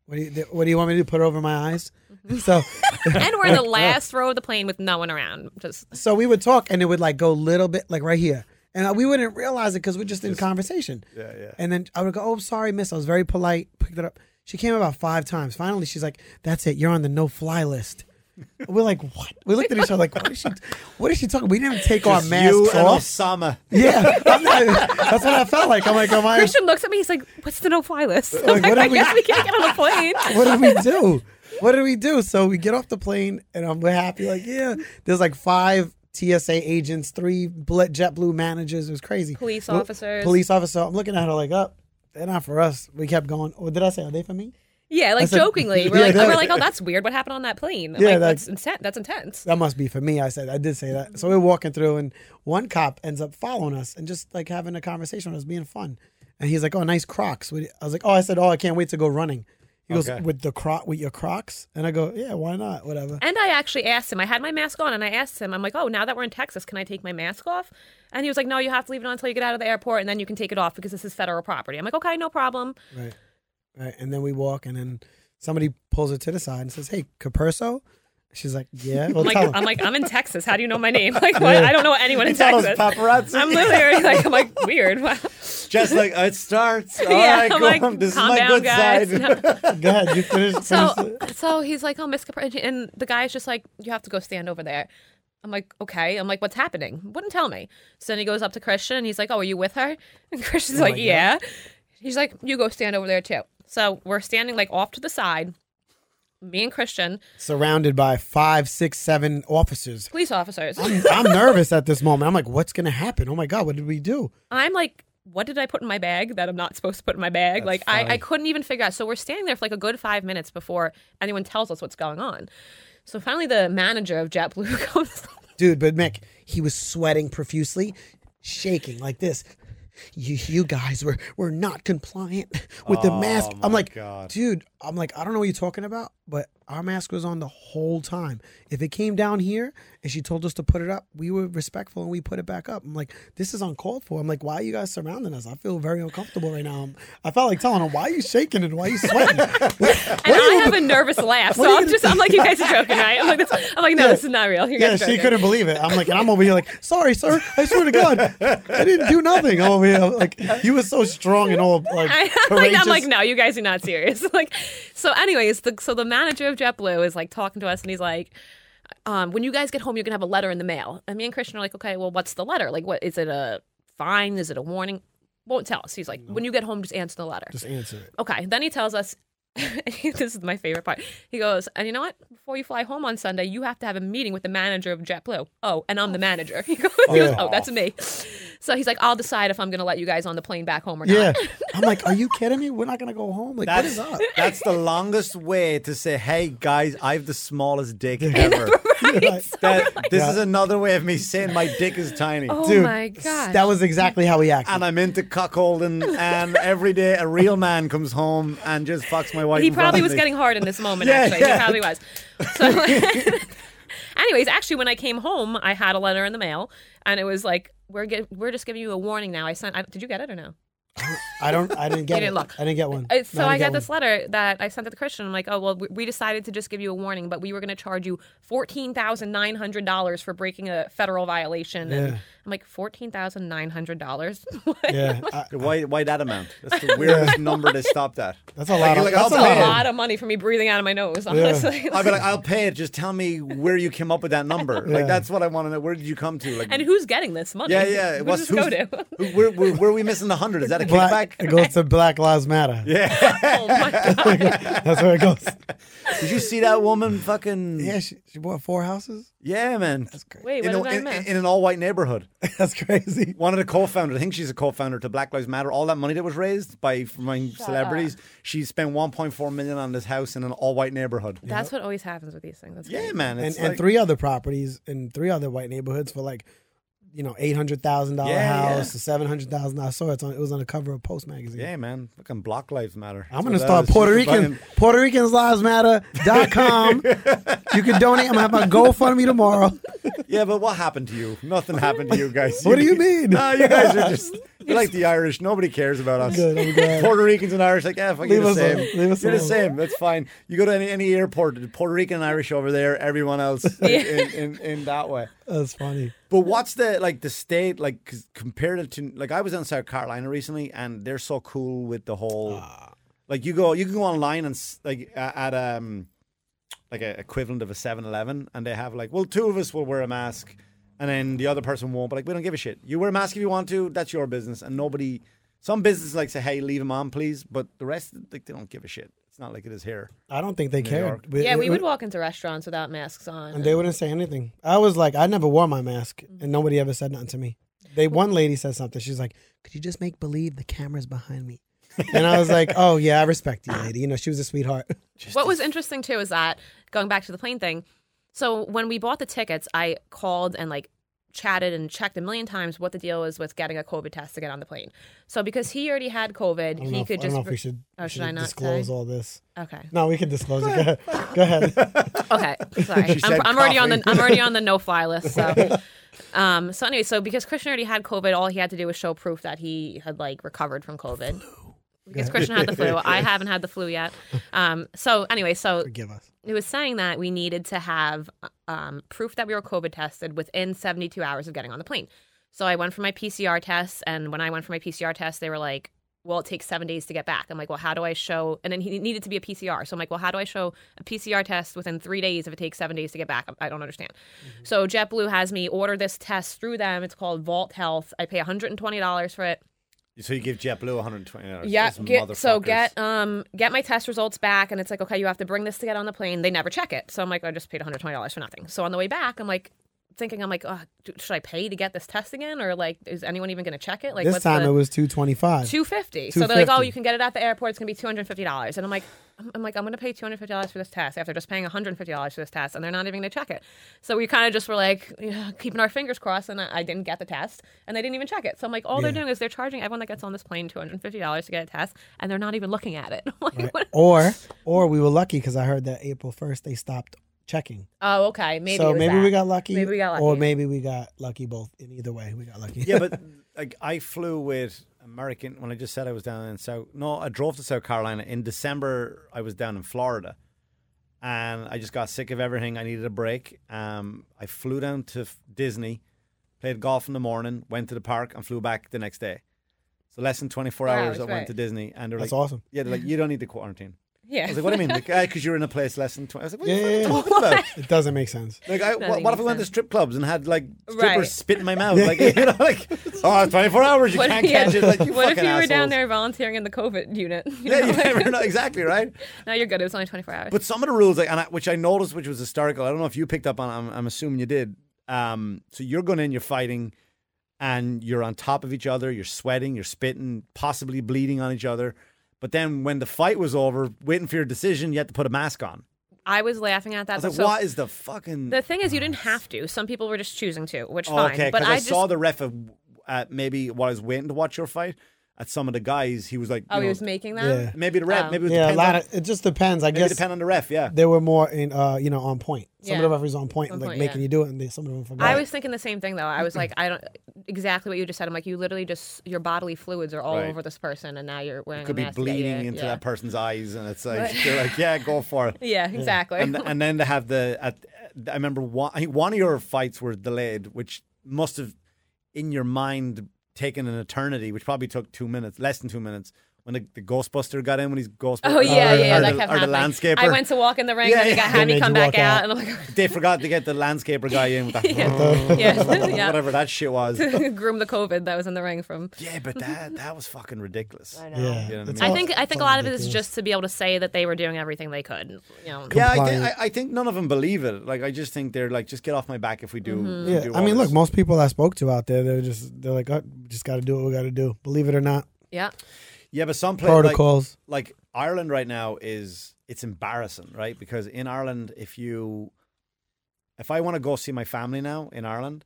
B: What do you what do you want me to do? Put it over my eyes? So.
C: and we're in the last row of the plane with no one around. Just
B: So we would talk, and it would like go a little bit, like right here, and uh, we wouldn't realize it because we're just in conversation.
A: yeah, yeah.
B: And then I would go, "Oh, sorry, miss. I was very polite." Picked it up. She came about five times. Finally, she's like, "That's it. You're on the no-fly list." We're like, "What?" We looked at each other like, "What is she? What is she talking?" We didn't even take our
A: Just you
B: masks
A: and
B: off.
A: Osama.
B: Yeah, I'm not- that's what I felt like. I'm like, "Am I?
C: Christian looks at me. He's like, "What's the no-fly list?" I'm
B: Like,
C: like,
B: what
C: I
B: are we-
C: guess we can't get on a plane.
B: What did we do? What did we do?" So we get off the plane, and I'm happy. Like, yeah, there's like five. TSA agents, three Bl- JetBlue managers. It was crazy.
C: Police
B: Well,
C: officers.
B: police officer. I'm looking at her like, up. they're not for us. We kept going. What did I say? Are they for me?
C: Yeah, like
B: said-
C: jokingly, we're
B: Yeah,
C: like,
B: that-
C: we're like, oh, that's weird. What happened on that plane?
B: Yeah,
C: like,
B: that's-
C: that's intense. That's intense.
B: That must be for me. I said, I did say that. So we're walking through, and one cop ends up following us and just like having a conversation with us, being fun. And he's like, "Oh, nice Crocs." What do you- I was like, "Oh, I said, oh, I can't wait to go running." He goes,
A: Okay.
B: "With the croc, with your Crocs?" And I go, "Yeah, why not? Whatever."
C: And I actually asked him. I had my mask on, and I asked him. I'm like, oh, now that we're in Texas, can I take my mask off? And he was like, no, you have to leave it on until you get out of the airport, and then you can take it off because this is federal property. I'm like, okay, no problem.
B: Right. Right. And then we walk, and then somebody pulls her to the side and says, "Hey, Caperso." She's like, "Yeah." Well,
C: I'm like,
B: tell him.
C: I'm like, I'm in Texas. How do you know my name? Like, what? I don't know anyone in
A: Tell us
C: Texas.
A: paparazzi.
C: I'm literally like, I'm like weird. Wow.
A: just like it starts. All
C: Yeah,
A: right,
C: I'm
A: go
C: like,
A: on. This is
C: calm
A: my
C: down,
A: good
C: guys.
A: side.
B: Go ahead. You finish. finish
C: So,
B: it.
C: so he's like, oh, Miss Capri, and the guy's just like, you have to go stand over there. I'm like, okay. I'm like, what's happening? Wouldn't tell me. So then he goes up to Christian and he's like, oh, are you with her? And
A: Oh
C: Christian's like, yeah. He's like, you go stand over there too. So we're standing like off to the side, me and Christian,
B: surrounded by five, six, seven officers.
C: police
A: Oh
C: officers.
B: I'm nervous at this moment. I'm like, what's going to happen? Oh my God, what did we do?
C: I'm like, what did I put in my bag that I'm not supposed to put in my bag? like, I, I couldn't even figure out. So we're standing there for like a good five minutes before anyone tells us what's going on. So finally, the manager of JetBlue comes
B: Dude, but Mick, he was sweating profusely, shaking like this. You, you guys were, were not compliant with the mask.
A: Oh
B: I'm
A: my
B: like,
A: God.
B: dude, I'm like, I don't know what you're talking about, but our mask was on the whole time. If it came down here and she told us to put it up, we were respectful and we put it back up. I'm like, this is uncalled for. I'm like, why are you guys surrounding us? I feel very uncomfortable right now. I'm, I felt like telling her, why are you shaking and why are you sweating?
C: And I have a nervous laugh, so
B: what are you
C: I'm just I'm like, you guys are joking, right? I'm like, that's, I'm like, no, this is not real. You
B: yeah,
C: guys are
B: she
C: joking.
B: couldn't believe it. I'm like, and I'm over here like, sorry, sir. I swear to God, I didn't do nothing. I'm over here like, you were so strong and all like
C: I, like,
B: courageous.
C: I'm like, no, you guys are not serious. like, so, anyways, the, so the manager of JetBlue is like talking to us, and he's like, um, when you guys get home, you're gonna have a letter in the mail. And me and Christian are like, okay, well, what's the letter? Like, what is it? A fine? Is it a warning? Won't tell us. He's like, when you get home, just answer the letter.
B: Just answer it.
C: Okay. Then he tells us, this is my favorite part. He goes, and you know what? Before you fly home on Sunday, you have to have a meeting with the manager of JetBlue. Oh, and I'm the manager. He goes, he goes,
B: Yeah.
C: oh, that's me. So he's like, I'll decide if I'm going to let you guys on the plane back home or not.
B: Yeah. I'm like, are you kidding me? We're not gonna go home. Like, what is up?
A: that's the longest way to say, "Hey guys, I have the smallest dick ever." That- this is another way of me saying my dick is tiny,
C: Oh
B: Dude,
C: my gosh.
B: That was exactly how he acted.
A: and I'm into cuckolding. And every day, a real man comes home and just fucks my wife.
C: he
A: in front
C: probably
A: of
C: was
A: me.
C: getting hard in this moment,
A: Yeah,
C: actually.
A: yeah.
C: He probably was. So, anyways, actually, when I came home, I had a letter in the mail, and it was like, we're, get, we're just giving you a warning now. I sent. I, did you get it or no?
B: I don't. I didn't get
C: You didn't
B: it.
C: look.
B: I didn't get one.
C: Uh,
B: No,
C: so I,
B: didn't
C: got
B: get
C: this letter that I sent to the Christian. I'm like, oh well, we- we decided to just give you a warning, but we were going to charge you fourteen thousand nine hundred dollars for breaking a federal violation. And
B: Yeah.
C: I'm like, fourteen thousand nine hundred dollars.
B: one. Yeah, I,
A: Why, why that amount? That's the weirdest number to stop that.
B: that's a lot.
A: you're
B: Of,
A: like,
B: that's a
A: I'll
C: That's
A: pay
C: a
A: it.
B: lot.
C: lot of money for me breathing out of my nose. Honestly.
A: I'd be like, I'll pay it. Just tell me where you came up with that number.
B: Yeah.
A: Like, that's what I want to know. Where did you come to? Like,
C: and who's getting this money?
A: yeah, yeah.
C: Who
A: What's
C: does this go to?
A: who- where, where, where are we missing the hundred? Is that a
B: Black,
A: kickback?
B: it goes to Black Lives Matter.
A: Yeah.
C: oh my god!
B: That's where it goes.
A: Did you see that woman? Fucking
B: Yeah,
A: yeah,
B: she, she bought four houses.
A: man. That's
B: crazy.
C: Wait,
A: In,
C: what
A: a-
C: did I
A: in-
C: miss?
A: in an all-white neighborhood.
B: That's crazy.
A: One of the co-founders, I think she's a co-founder to Black Lives Matter. All that money that was raised by from celebrities, she spent 1.4 million on this house in an all-white neighborhood.
C: That's what always happens with these things. That's
A: Yeah,
C: crazy.
A: man.
B: and
A: It's
B: and
A: like-
B: three other properties in three other white neighborhoods for like, you know, eight hundred thousand dollar
A: Yeah, yeah.
B: house, seven hundred thousand dollars. So it's on. It was on the cover of Post magazine.
A: Yeah, man. Fucking Black Lives Matter.
B: I'm
A: That's
B: gonna
A: what that
B: start
A: is.
B: Puerto
A: She's
B: Rican
A: fucking-
B: Puerto Ricans Lives Matter.com. you can donate. I'm gonna have my GoFundMe tomorrow.
A: Yeah, but what happened to you? Nothing happened to you guys.
B: What do you mean?
A: Nah, you guys are just you're like the Irish. Nobody cares about us.
B: good, I'm glad.
A: Puerto Ricans and Irish, like, yeah, fuck,
B: Leave
A: you're the
B: us
A: same.
B: alone. Leave us
A: you're the
B: alone.
A: same. That's fine. You go to any, any airport, Puerto Rican and Irish over there. Everyone else like, in, in, in that way.
B: That's funny.
A: But what's the like the state like 'cause compared it to like I was in South Carolina recently and they're so cool with the whole like you go you can go online and s- like a- at um like a equivalent of a 7-Eleven and they have like well two of us will wear a mask and then the other person won't but like we don't give a shit you wear a mask if you want to that's your business and nobody some businesses like say hey leave them on please but the rest like they don't give a shit it's not like it is here
B: I don't think they cared.
A: York.
B: But
C: Yeah,
B: it-
C: we
B: it-
C: would walk into restaurants without masks on.
B: And they wouldn't say anything. I was like, I never wore my mask, and nobody ever said nothing to me. They one lady said something. She's like, "Could you just make believe the camera's behind me?" And I was like, "Oh yeah, I respect you, lady. You know, she was a sweetheart."
C: What was interesting too is that going back to the plane thing. So when we bought the tickets, I called and like chatted and checked a million times what the deal was with getting a COVID test to get on the plane. So because he already had COVID,
B: I don't,
C: he
B: know, if,
C: could
B: I don't
C: just
B: know if we should,
C: Oh,
B: we
C: should I not
B: disclose
C: say?
B: all this.
C: okay.
B: No, we can disclose it. Go ahead. Go ahead.
C: Okay, sorry. I'm,
A: said
C: I'm already on the
A: coughing.
C: I'm already on the no fly list. So, um, so anyway, so because Christian already had COVID, all he had to do was show proof that he had like recovered from COVID. Because Christian had the flu, I haven't had the flu yet. Um, so anyway, so
B: Forgive us.
C: it was saying that we needed to have um, proof that we were COVID tested within 72 hours of getting on the plane. So I went for my PCR test, and when I went for my PCR test, they were like, "Well, it takes seven days to get back." I'm like, "Well, how do I show?" And then he needed to be a PCR, so I'm like, "Well, how do I show a PCR test within three days if it takes seven days to get back?" I I don't understand. So JetBlue has me order this test through them. It's called Vault Health. I pay 120 dollars for it.
A: so you give JetBlue 120 hours
C: Yeah, get, so get um get my test results back, and it's like okay, you have to bring this to get on the plane. They never check it, so I'm like, I just paid 120 dollars for nothing. So on the way back, I'm like, thinking, I'm like, oh, d- should I pay to get this test again, or like, is anyone even going to check it? Like,
B: this time
C: the-
B: it was two twenty five.
C: Two fifty. So they're like, oh,
B: $250.
C: you can get it at the airport. It's gonna be two hundred fifty dollars. And I'm like, I'm- I'm like, I'm gonna pay two hundred fifty dollars for this test after just paying one hundred fifty dollars for this test, and they're not even gonna check it. So we kind of just were like, yeah, keeping our fingers crossed, and I, I didn't get the test, and they didn't even check it. So I'm like, all they're doing is they're charging everyone that gets on this plane two hundred fifty dollars to get a test, and they're not even looking at it. I'm like, what-
B: Or or we were lucky because I heard that April first they stopped checking.
C: Oh, okay, maybe.
B: so
C: it was
B: maybe
C: that.
B: we got lucky.
C: Maybe we got
B: Or
C: lucky.
B: maybe we got lucky both. In either way, we got lucky.
A: yeah, but like I flew with American when I just said I was down in South. No, I drove to South Carolina in December. I was down in Florida, and I just got sick of everything. I needed a break. Um, I flew down to f- Disney, played golf in the morning, went to the park, and flew back the next day. So less than twenty four
C: Wow,
A: hours. I
C: that's
A: went
C: right.
A: to Disney, and they're
B: That's
A: like,
B: awesome.
A: "Yeah, they're like, you don't need to quarantine."
C: yeah.
A: I was like, "What do you mean?" Because you're in a place less than twenty. I was like, "What are
B: Yeah, yeah,
A: you
B: yeah.
A: fucking talking about?"
B: It doesn't make sense.
A: Like, I, what,
C: Nothing
A: what if I
C: makes
A: went to
C: sense.
A: strip clubs and had like strippers
C: Right.
A: spit in my mouth? Like, you know, like, oh, it's 24 hours, you
C: What,
A: can't
C: if- yeah.
A: catch it. Like, you
C: What if
A: fucking
C: you were down
A: assholes.
C: there volunteering in the COVID unit? You
A: Yeah,
C: know,
A: you
C: like-
A: never know. Exactly, right?
C: no, you're good. It was only 24 hours.
A: But some of the rules, like, and I, which I noticed, which was hysterical. I don't know if you picked up on. it, I'm, I'm assuming you did. Um, so you're going in, you're fighting, and you're on top of each other. You're sweating, you're spitting, possibly bleeding on each other. But then when the fight was over, waiting for your decision, you had to put a mask on.
C: I was laughing at that.
A: I was like,
C: so-
A: what is the fucking?
C: The thing is, you didn't have to. Some people were just choosing to, which
A: Oh,
C: fine.
A: okay,
C: but
A: because I,
C: I, just,
A: saw the ref at, at maybe while I was waiting to watch your fight at some of the guys. He was like,
C: oh,
A: you
C: he
A: know,
C: was making them.
B: Yeah.
A: maybe the ref,
C: Oh.
A: maybe it
B: Yeah, a
A: depends
B: lot
A: on,
B: of it just depends. I
A: maybe it
B: guess
A: depend on the ref. Yeah,
B: they were more in uh, you know, on point. Some of the
C: Yeah.
B: referees on point,
C: On
B: like
C: point,
B: making
C: yeah.
B: you do it and they, some of them forgot.
C: I was thinking the same thing though. I was like, I don't exactly what you just said. I'm like, you literally just your bodily fluids are all
A: Right.
C: over this person, and now you're wearing
A: could
C: a
A: be
C: mask to get you-
A: bleeding into
C: yeah.
A: that person's eyes, and it's like they're like, yeah, go for it.
C: Yeah, exactly.
A: And, and then to have the, at, I remember one, I think one of your fights were delayed, which must have in your mind taken an eternity, which probably took two minutes, less than two minutes. When the, the Ghostbuster got in, when he's Ghostbuster,
C: Oh yeah,
A: or,
C: yeah,
A: or
C: that
A: the,
C: kept
A: or the
C: happening.
A: landscaper.
C: I went to walk in the ring,
A: Yeah,
C: and
A: yeah.
C: they got
A: They
C: had me
B: made
C: come
B: you walk
C: back out,
B: out.
C: and I'm like,
A: they forgot to get the landscaper guy in with that
C: yeah, yeah.
A: whatever that shit was.
C: groom the COVID that was in the ring from.
A: yeah, but that that was fucking ridiculous.
B: yeah,
A: what I
B: it's
A: mean?
C: I
B: all-
C: think I
B: it's
C: think a
B: all
C: lot of it is
B: ridiculous.
C: just to be able to say that they were doing everything they could. You know,
A: Yeah, I, think, I,
B: Compliant.
A: I think none of them believe it. Like, I just think they're like, just get off my back if we do.
C: Mm-hmm.
A: if we
B: Yeah,
A: do
B: I
A: all
B: mean, look,
A: this.
B: most people I spoke to out there, they're just they're like, oh, just got to do what we got to do. Believe it or not,
C: yeah.
A: yeah, but some places like,
B: protocols.
A: like Ireland right now is it's embarrassing, right? Because in Ireland, if you if I want to go see my family now in Ireland,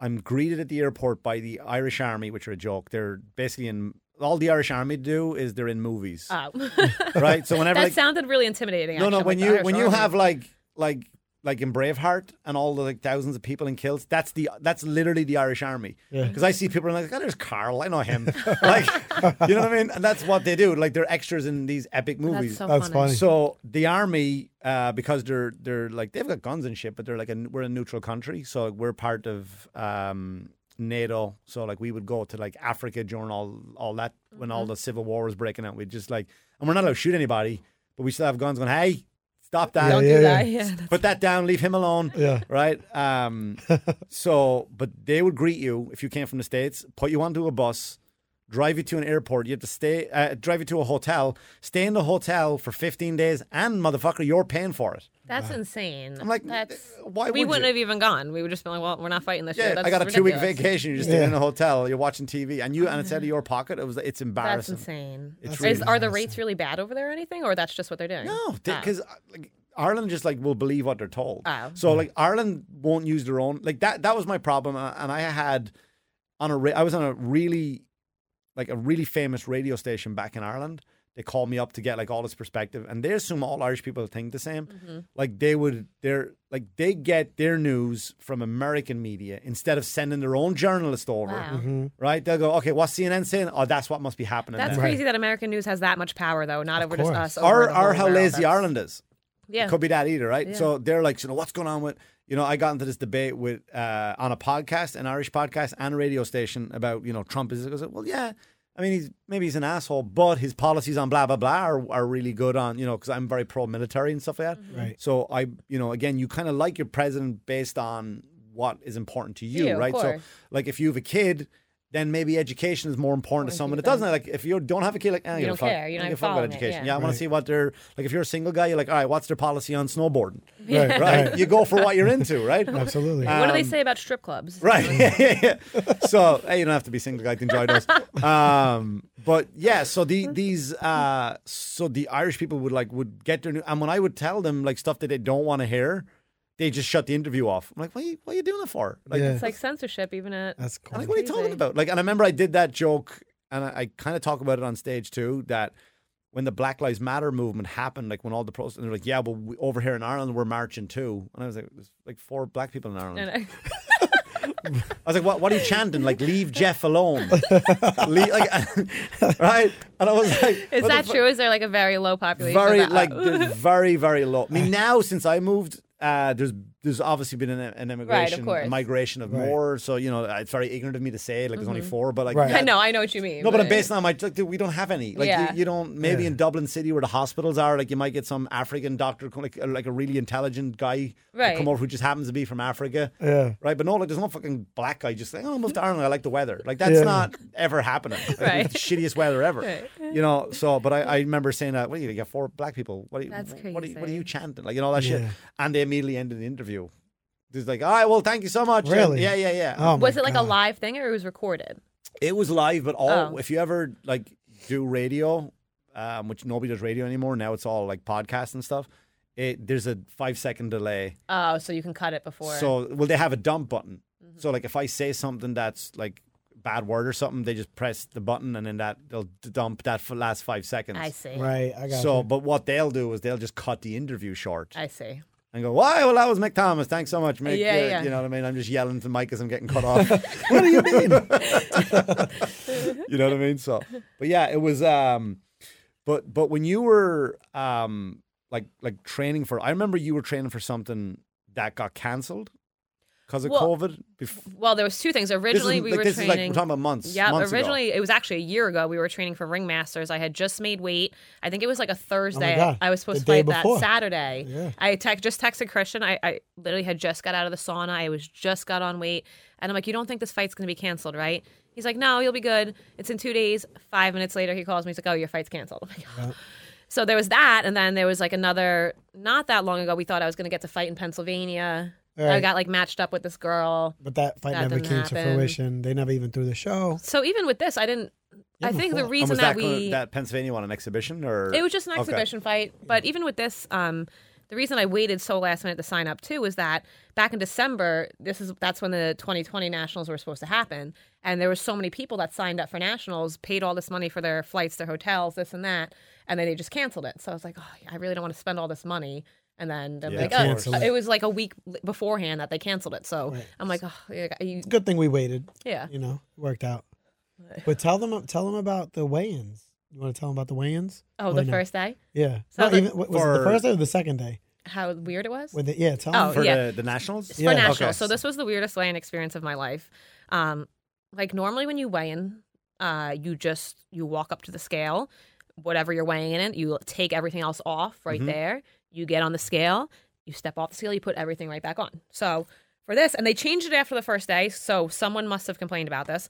A: I'm greeted at the airport by the Irish Army, which are a joke. They're basically in all the Irish Army do is they're in movies,
C: Oh.
A: right? So whenever
C: that
A: like,
C: sounded really intimidating.
A: No, no.
C: actually,
A: When
C: like the
A: you
C: Irish
A: when you
C: Army.
A: have like like like in Braveheart and all the like thousands of people in kills, that's the that's literally the Irish Army.
B: Yeah.
A: Because I see people and I'm like, oh, there's Carl, I know him. like, you know what I mean? And that's what they do. Like they're extras in these epic movies.
C: That's so
B: That's
C: funny.
B: funny.
A: So the army, uh, because they're they're like they've got guns and shit, but they're like a, we're a neutral country, so we're part of um, NATO. So like we would go to like Africa during all all that when all the civil war was breaking out. We'd just like, and we're not allowed to shoot anybody, but we still have guns. Going, hey, stop that!
B: Yeah,
C: Don't
B: yeah, yeah.
C: do that. Yeah.
A: Put that down. Leave him alone.
B: Yeah.
A: Right. Um, so, but they would greet you if you came from the states, put you onto a bus, drive you to an airport. You have to stay, uh, drive you to a hotel, stay in the hotel for 15 days, and motherfucker, you're paying for it.
C: That's insane.
A: I'm like,
C: that's
A: why
C: we
A: would
C: wouldn't
A: you?
C: have even gone. We would just been like, well, we're not fighting this. year.
A: Yeah,
C: That's
A: I got a two week
C: ridiculous. Mm-hmm.
A: vacation. You're just staying
B: Yeah.
A: in a hotel. You're watching TV, and you and it's out of your pocket. It was it's
C: That's
A: embarrassing.
C: insane.
A: It's
C: Is-
A: really
C: are the rates really bad over there or anything, or that's just what they're doing?
A: No,
C: Ah.
A: because like, Ireland just like will believe what they're told.
C: Oh.
A: So like Ireland won't use their own. Like that that was my problem, uh, and I had on a ra- I was on a really like a really famous radio station back in Ireland. They called me up to get like all this perspective, and they assume all Irish people think the same.
C: Mm-hmm.
A: Like they would, they're like they get their news from American media instead of sending their own journalist over.
C: Wow.
B: Mm-hmm.
A: Right? They'll go, okay, what's CNN saying? Oh, that's what must be happening.
C: That's
A: then."
C: crazy that American news has that much power, though. Not over
B: course.
C: just us. over
A: Or,
C: the
A: or
C: whole
A: how
C: world.
A: lazy
C: That's-
A: Ireland is.
C: Yeah.
A: Could be that either, right? So they're like, you know, what's going on with, you know, I got into this debate with uh, on a podcast, an Irish podcast, and a radio station about, you know, Trump is. I said, well, yeah, I mean, he's maybe he's an asshole, but his policies on blah blah blah are, are really good on, you know, because I'm very pro military and stuff like that.
C: Mm-hmm.
B: Right.
A: So I, you know, again, you kind of like your president based on what is important to you,
C: Yeah, of
A: right? So
C: course.
A: like, if you have a kid. then maybe education is more important to someone. It doesn't like if you don't have a kid, like eh, I
C: You
A: give a
C: don't
A: fuck.
C: care.
A: I
C: You
A: give a
C: don't have
A: fuck about
C: following it,
A: education.
C: yeah.
A: Yeah, I want to see what they're like. If you're a single guy, you're like, all right, what's their policy on snowboarding?
B: Right, right.
A: Right, you go for what you're into, right?
B: Absolutely.
A: Uh,
C: what do they say about strip clubs?
A: um, Right. so hey, you don't have to be single guy to enjoy those. Um, but yeah, so the these uh, so the Irish people would like would get their new and when I would tell them like stuff that they don't want to hear, they just shut the interview off. I'm like, what are you, what are you doing it for? Like,
B: Yeah.
C: It's like censorship, even at.
B: That's cool.
A: I'm like, what are you talking
C: Crazy.
A: about? Like, and I remember I did that joke, and I, I kind of talk about it on stage too. That when the Black Lives Matter movement happened, like when all the protests, and they're like, yeah, but we, over here in Ireland we're marching too, and I was like, there's like four black people in Ireland.
C: and I-
A: I was like, what, what are you chanting? Like, leave Jeff alone. leave, like, right? And I was like, what
C: Is
A: the
C: that
A: fu-
C: true? Is there like a very low population? of
A: Very,
C: that?
A: like, they're very, very low. I mean, now since I moved, uh, there's there's obviously been an, an immigration,
C: course.
A: a migration of
B: Right.
A: more. So, you know, it's very ignorant of me to say, like, there's only four, but like,
B: Right.
A: yeah,
C: Mm-hmm. I know, I know what you mean.
A: no, but I'm based on my like, dude, we don't have any. Like
C: Yeah.
A: you, you don't maybe in Dublin City where the hospitals are, like you might get some African doctor, co- like uh, like a really intelligent guy, to
C: Right.
A: come over who just happens to be from Africa,
B: Yeah.
A: right? But no, like there's no fucking black guy just saying, "Oh, I moved to Ireland, I like the weather." Like that's
B: Yeah.
A: not ever happening. Like,
C: Right.
A: it's the shittiest weather ever.
C: Right.
A: You know. So, but I, I remember saying that. What do you, you got four black people? What do you?
C: That's
A: what are you, what are
C: crazy.
A: you chanting? Like you know all that
B: Yeah.
A: shit. And they immediately ended the interview. Just like, all right, well, thank you so much. And
B: Really?
A: Yeah, yeah, yeah.
B: Oh,
C: Was
B: my
C: it like
B: God.
C: a live thing or it was recorded?
A: It was live, but all
C: Oh.
A: if you ever like do radio, um, which nobody does radio anymore now, it's all like podcasts and stuff. It there's a five second delay,
C: Oh, so you can cut it before.
A: so well they have a dump button.
C: Mm-hmm.
A: So like if I say something that's like bad word or something, they just press the button and then that they'll d- dump that for last five seconds.
C: I see.
B: Right. I got
A: So,
B: you.
A: but what they'll do is they'll just cut the interview short
C: I see.
A: and go, "Why? Well, that was Mick Thomas. Thanks so much, Mick.
C: Yeah,
A: Uh,
C: yeah.
A: You know what I mean? I'm just yelling to Mike as I'm getting cut off.
B: what do you mean?
A: you know what I mean? So, but yeah, it was. um But but when you were um like like training for, I remember you were training for something that got cancelled because of
C: Well,
A: COVID. Bef-
C: Well, there was two things.
A: this is
C: Originally, we
A: like,
C: were
A: this is like
C: training.
A: we're talking about months.
C: yeah,
A: months ago.
C: originally it was actually a year ago. We were training for ringmasters. I had just made weight. I think it was like a Thursday.
B: Oh God.
C: I was supposed
B: The
C: to
B: day
C: fight
B: before.
C: that Saturday.
B: Yeah.
C: I tec- just texted Christian. I, I literally had just got out of the sauna. I was just got on weight, and I'm like, "You don't think this fight's gonna be canceled, right?" He's like, "No, you'll be good. It's in two days." Five minutes later, he calls me. He's like, "Oh, your fight's canceled." I'm like, So there was that, and then there was like another. Not that long ago, we thought I was gonna get to fight in Pennsylvania. I
B: Right.
C: got like matched up with this girl.
B: But that fight
C: That
B: never
C: didn't
B: came to
C: happen.
B: fruition. They never even threw the show.
C: So even with this, I didn't. I think
B: before.
C: the
A: And
C: reason
A: was that,
C: that, we
A: that Pennsylvania one an exhibition or
C: It was just an
A: Okay. Mm.
C: exhibition fight. But even with this, um, the reason I waited so last minute to sign up too was that back in December, this is that's when the 2020 nationals were supposed to happen, and there were so many people that signed up for nationals, paid all this money for their flights, their hotels, this and that, and then they just canceled it. So I was like, oh, I really don't want to spend all this money. And then they're
A: Yeah,
C: like,
A: of
C: oh,
B: course.
C: it was like a week beforehand that they canceled it. So
B: Right.
C: I'm like, oh, yeah, you,
B: Good thing we waited.
C: yeah.
B: You know, it worked out. But tell them, tell them about the weigh-ins. You want to tell them about the weigh-ins?
C: Oh,
B: Why
C: the
B: not?
C: first day,
B: Yeah.
C: So
B: Not
C: the-
B: even, was it
A: For-
B: the first day or the second day?
C: how weird it was.
B: With the, yeah. Tell
C: Oh,
B: them.
A: for
C: yeah.
A: the, the nationals.
C: for
B: Yeah.
C: nationals.
A: Okay.
C: So this was the weirdest weigh-in experience of my life. Um, like normally when you weigh in, uh, you just you walk up to the scale, whatever you're weighing in, you take everything else off right
A: Mhm.
C: there. You get on the scale, you step off the scale, you put everything right back on. So for this, and they changed it after the first day, so someone must have complained about this.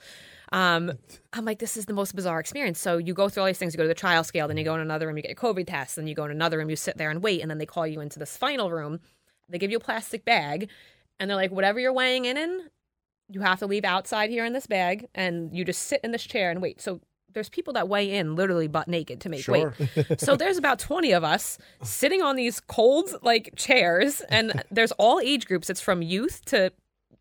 C: Um, I'm like, this is the most bizarre experience. So you go through all these things. You go to the trial scale, then you go in another room, you get your COVID test, then you go in another room, you sit there and wait, and then they call you into this final room. They give you a plastic bag, and they're like, whatever you're weighing in in, you have to leave outside here in this bag, and you just sit in this chair and wait. So there's people that weigh in literally butt naked to make weight.
A: Sure.
C: So there's about 20 of us sitting on these cold like chairs and there's all age groups. It's from youth to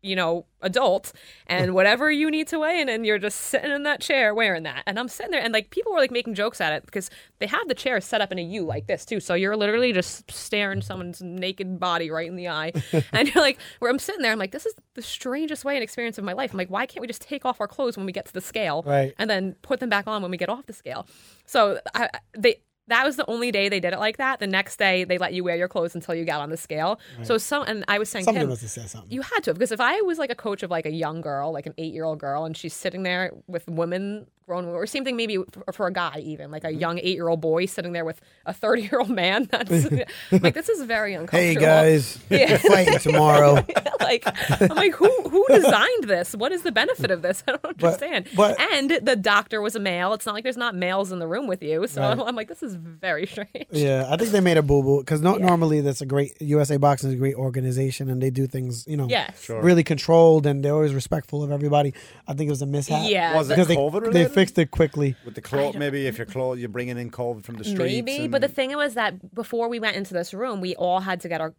C: you know, adult and whatever you need to weigh in and you're just sitting in that chair wearing that. And I'm sitting there and like people were like making jokes at it because they have the chair set up in a U like this too. So you're literally just staring someone's naked body right in the eye. and you're like where I'm sitting there, I'm like, this is the strangest way and experience of my life. I'm like, why can't we just take off our clothes when we get to the scale?
B: Right.
C: and then put them back on when we get off the scale. So I, I- they that was the only day they did it like that. The next day they let you wear your clothes until you got on the scale. So some and I was saying to
B: Somebody
C: him,
B: must have said something.
C: you had to have because if I was like a coach of like a young girl, like an eight year old girl, and she's sitting there with women grown or same thing maybe for, for a guy even like a young eight year old boy sitting there with a thirty year old man. That's like this is very uncomfortable.
B: Hey guys,
C: Yeah.
B: fighting tomorrow.
C: like I'm like, who who designed this? What is the benefit of this? I don't understand.
B: but-
C: and the doctor was a male. It's not like there's not males in the room with you. So
B: Right.
C: I'm like, this is very strange.
B: Yeah, I think they made a boo boo because no, normally that's a great USA Boxing is a great organization and they do things you know
C: Yes.
B: really controlled and they're always respectful of everybody. I think it was a mishap.
C: Yeah.
A: Was
C: the-
A: it
B: because they
A: COVID
B: they
A: related?
B: fixed it quickly.
A: With the clothes, maybe if you're clothes, you're bringing in COVID from the streets.
C: Maybe,
A: and-
C: but the thing was that before we went into this room, we all had to get our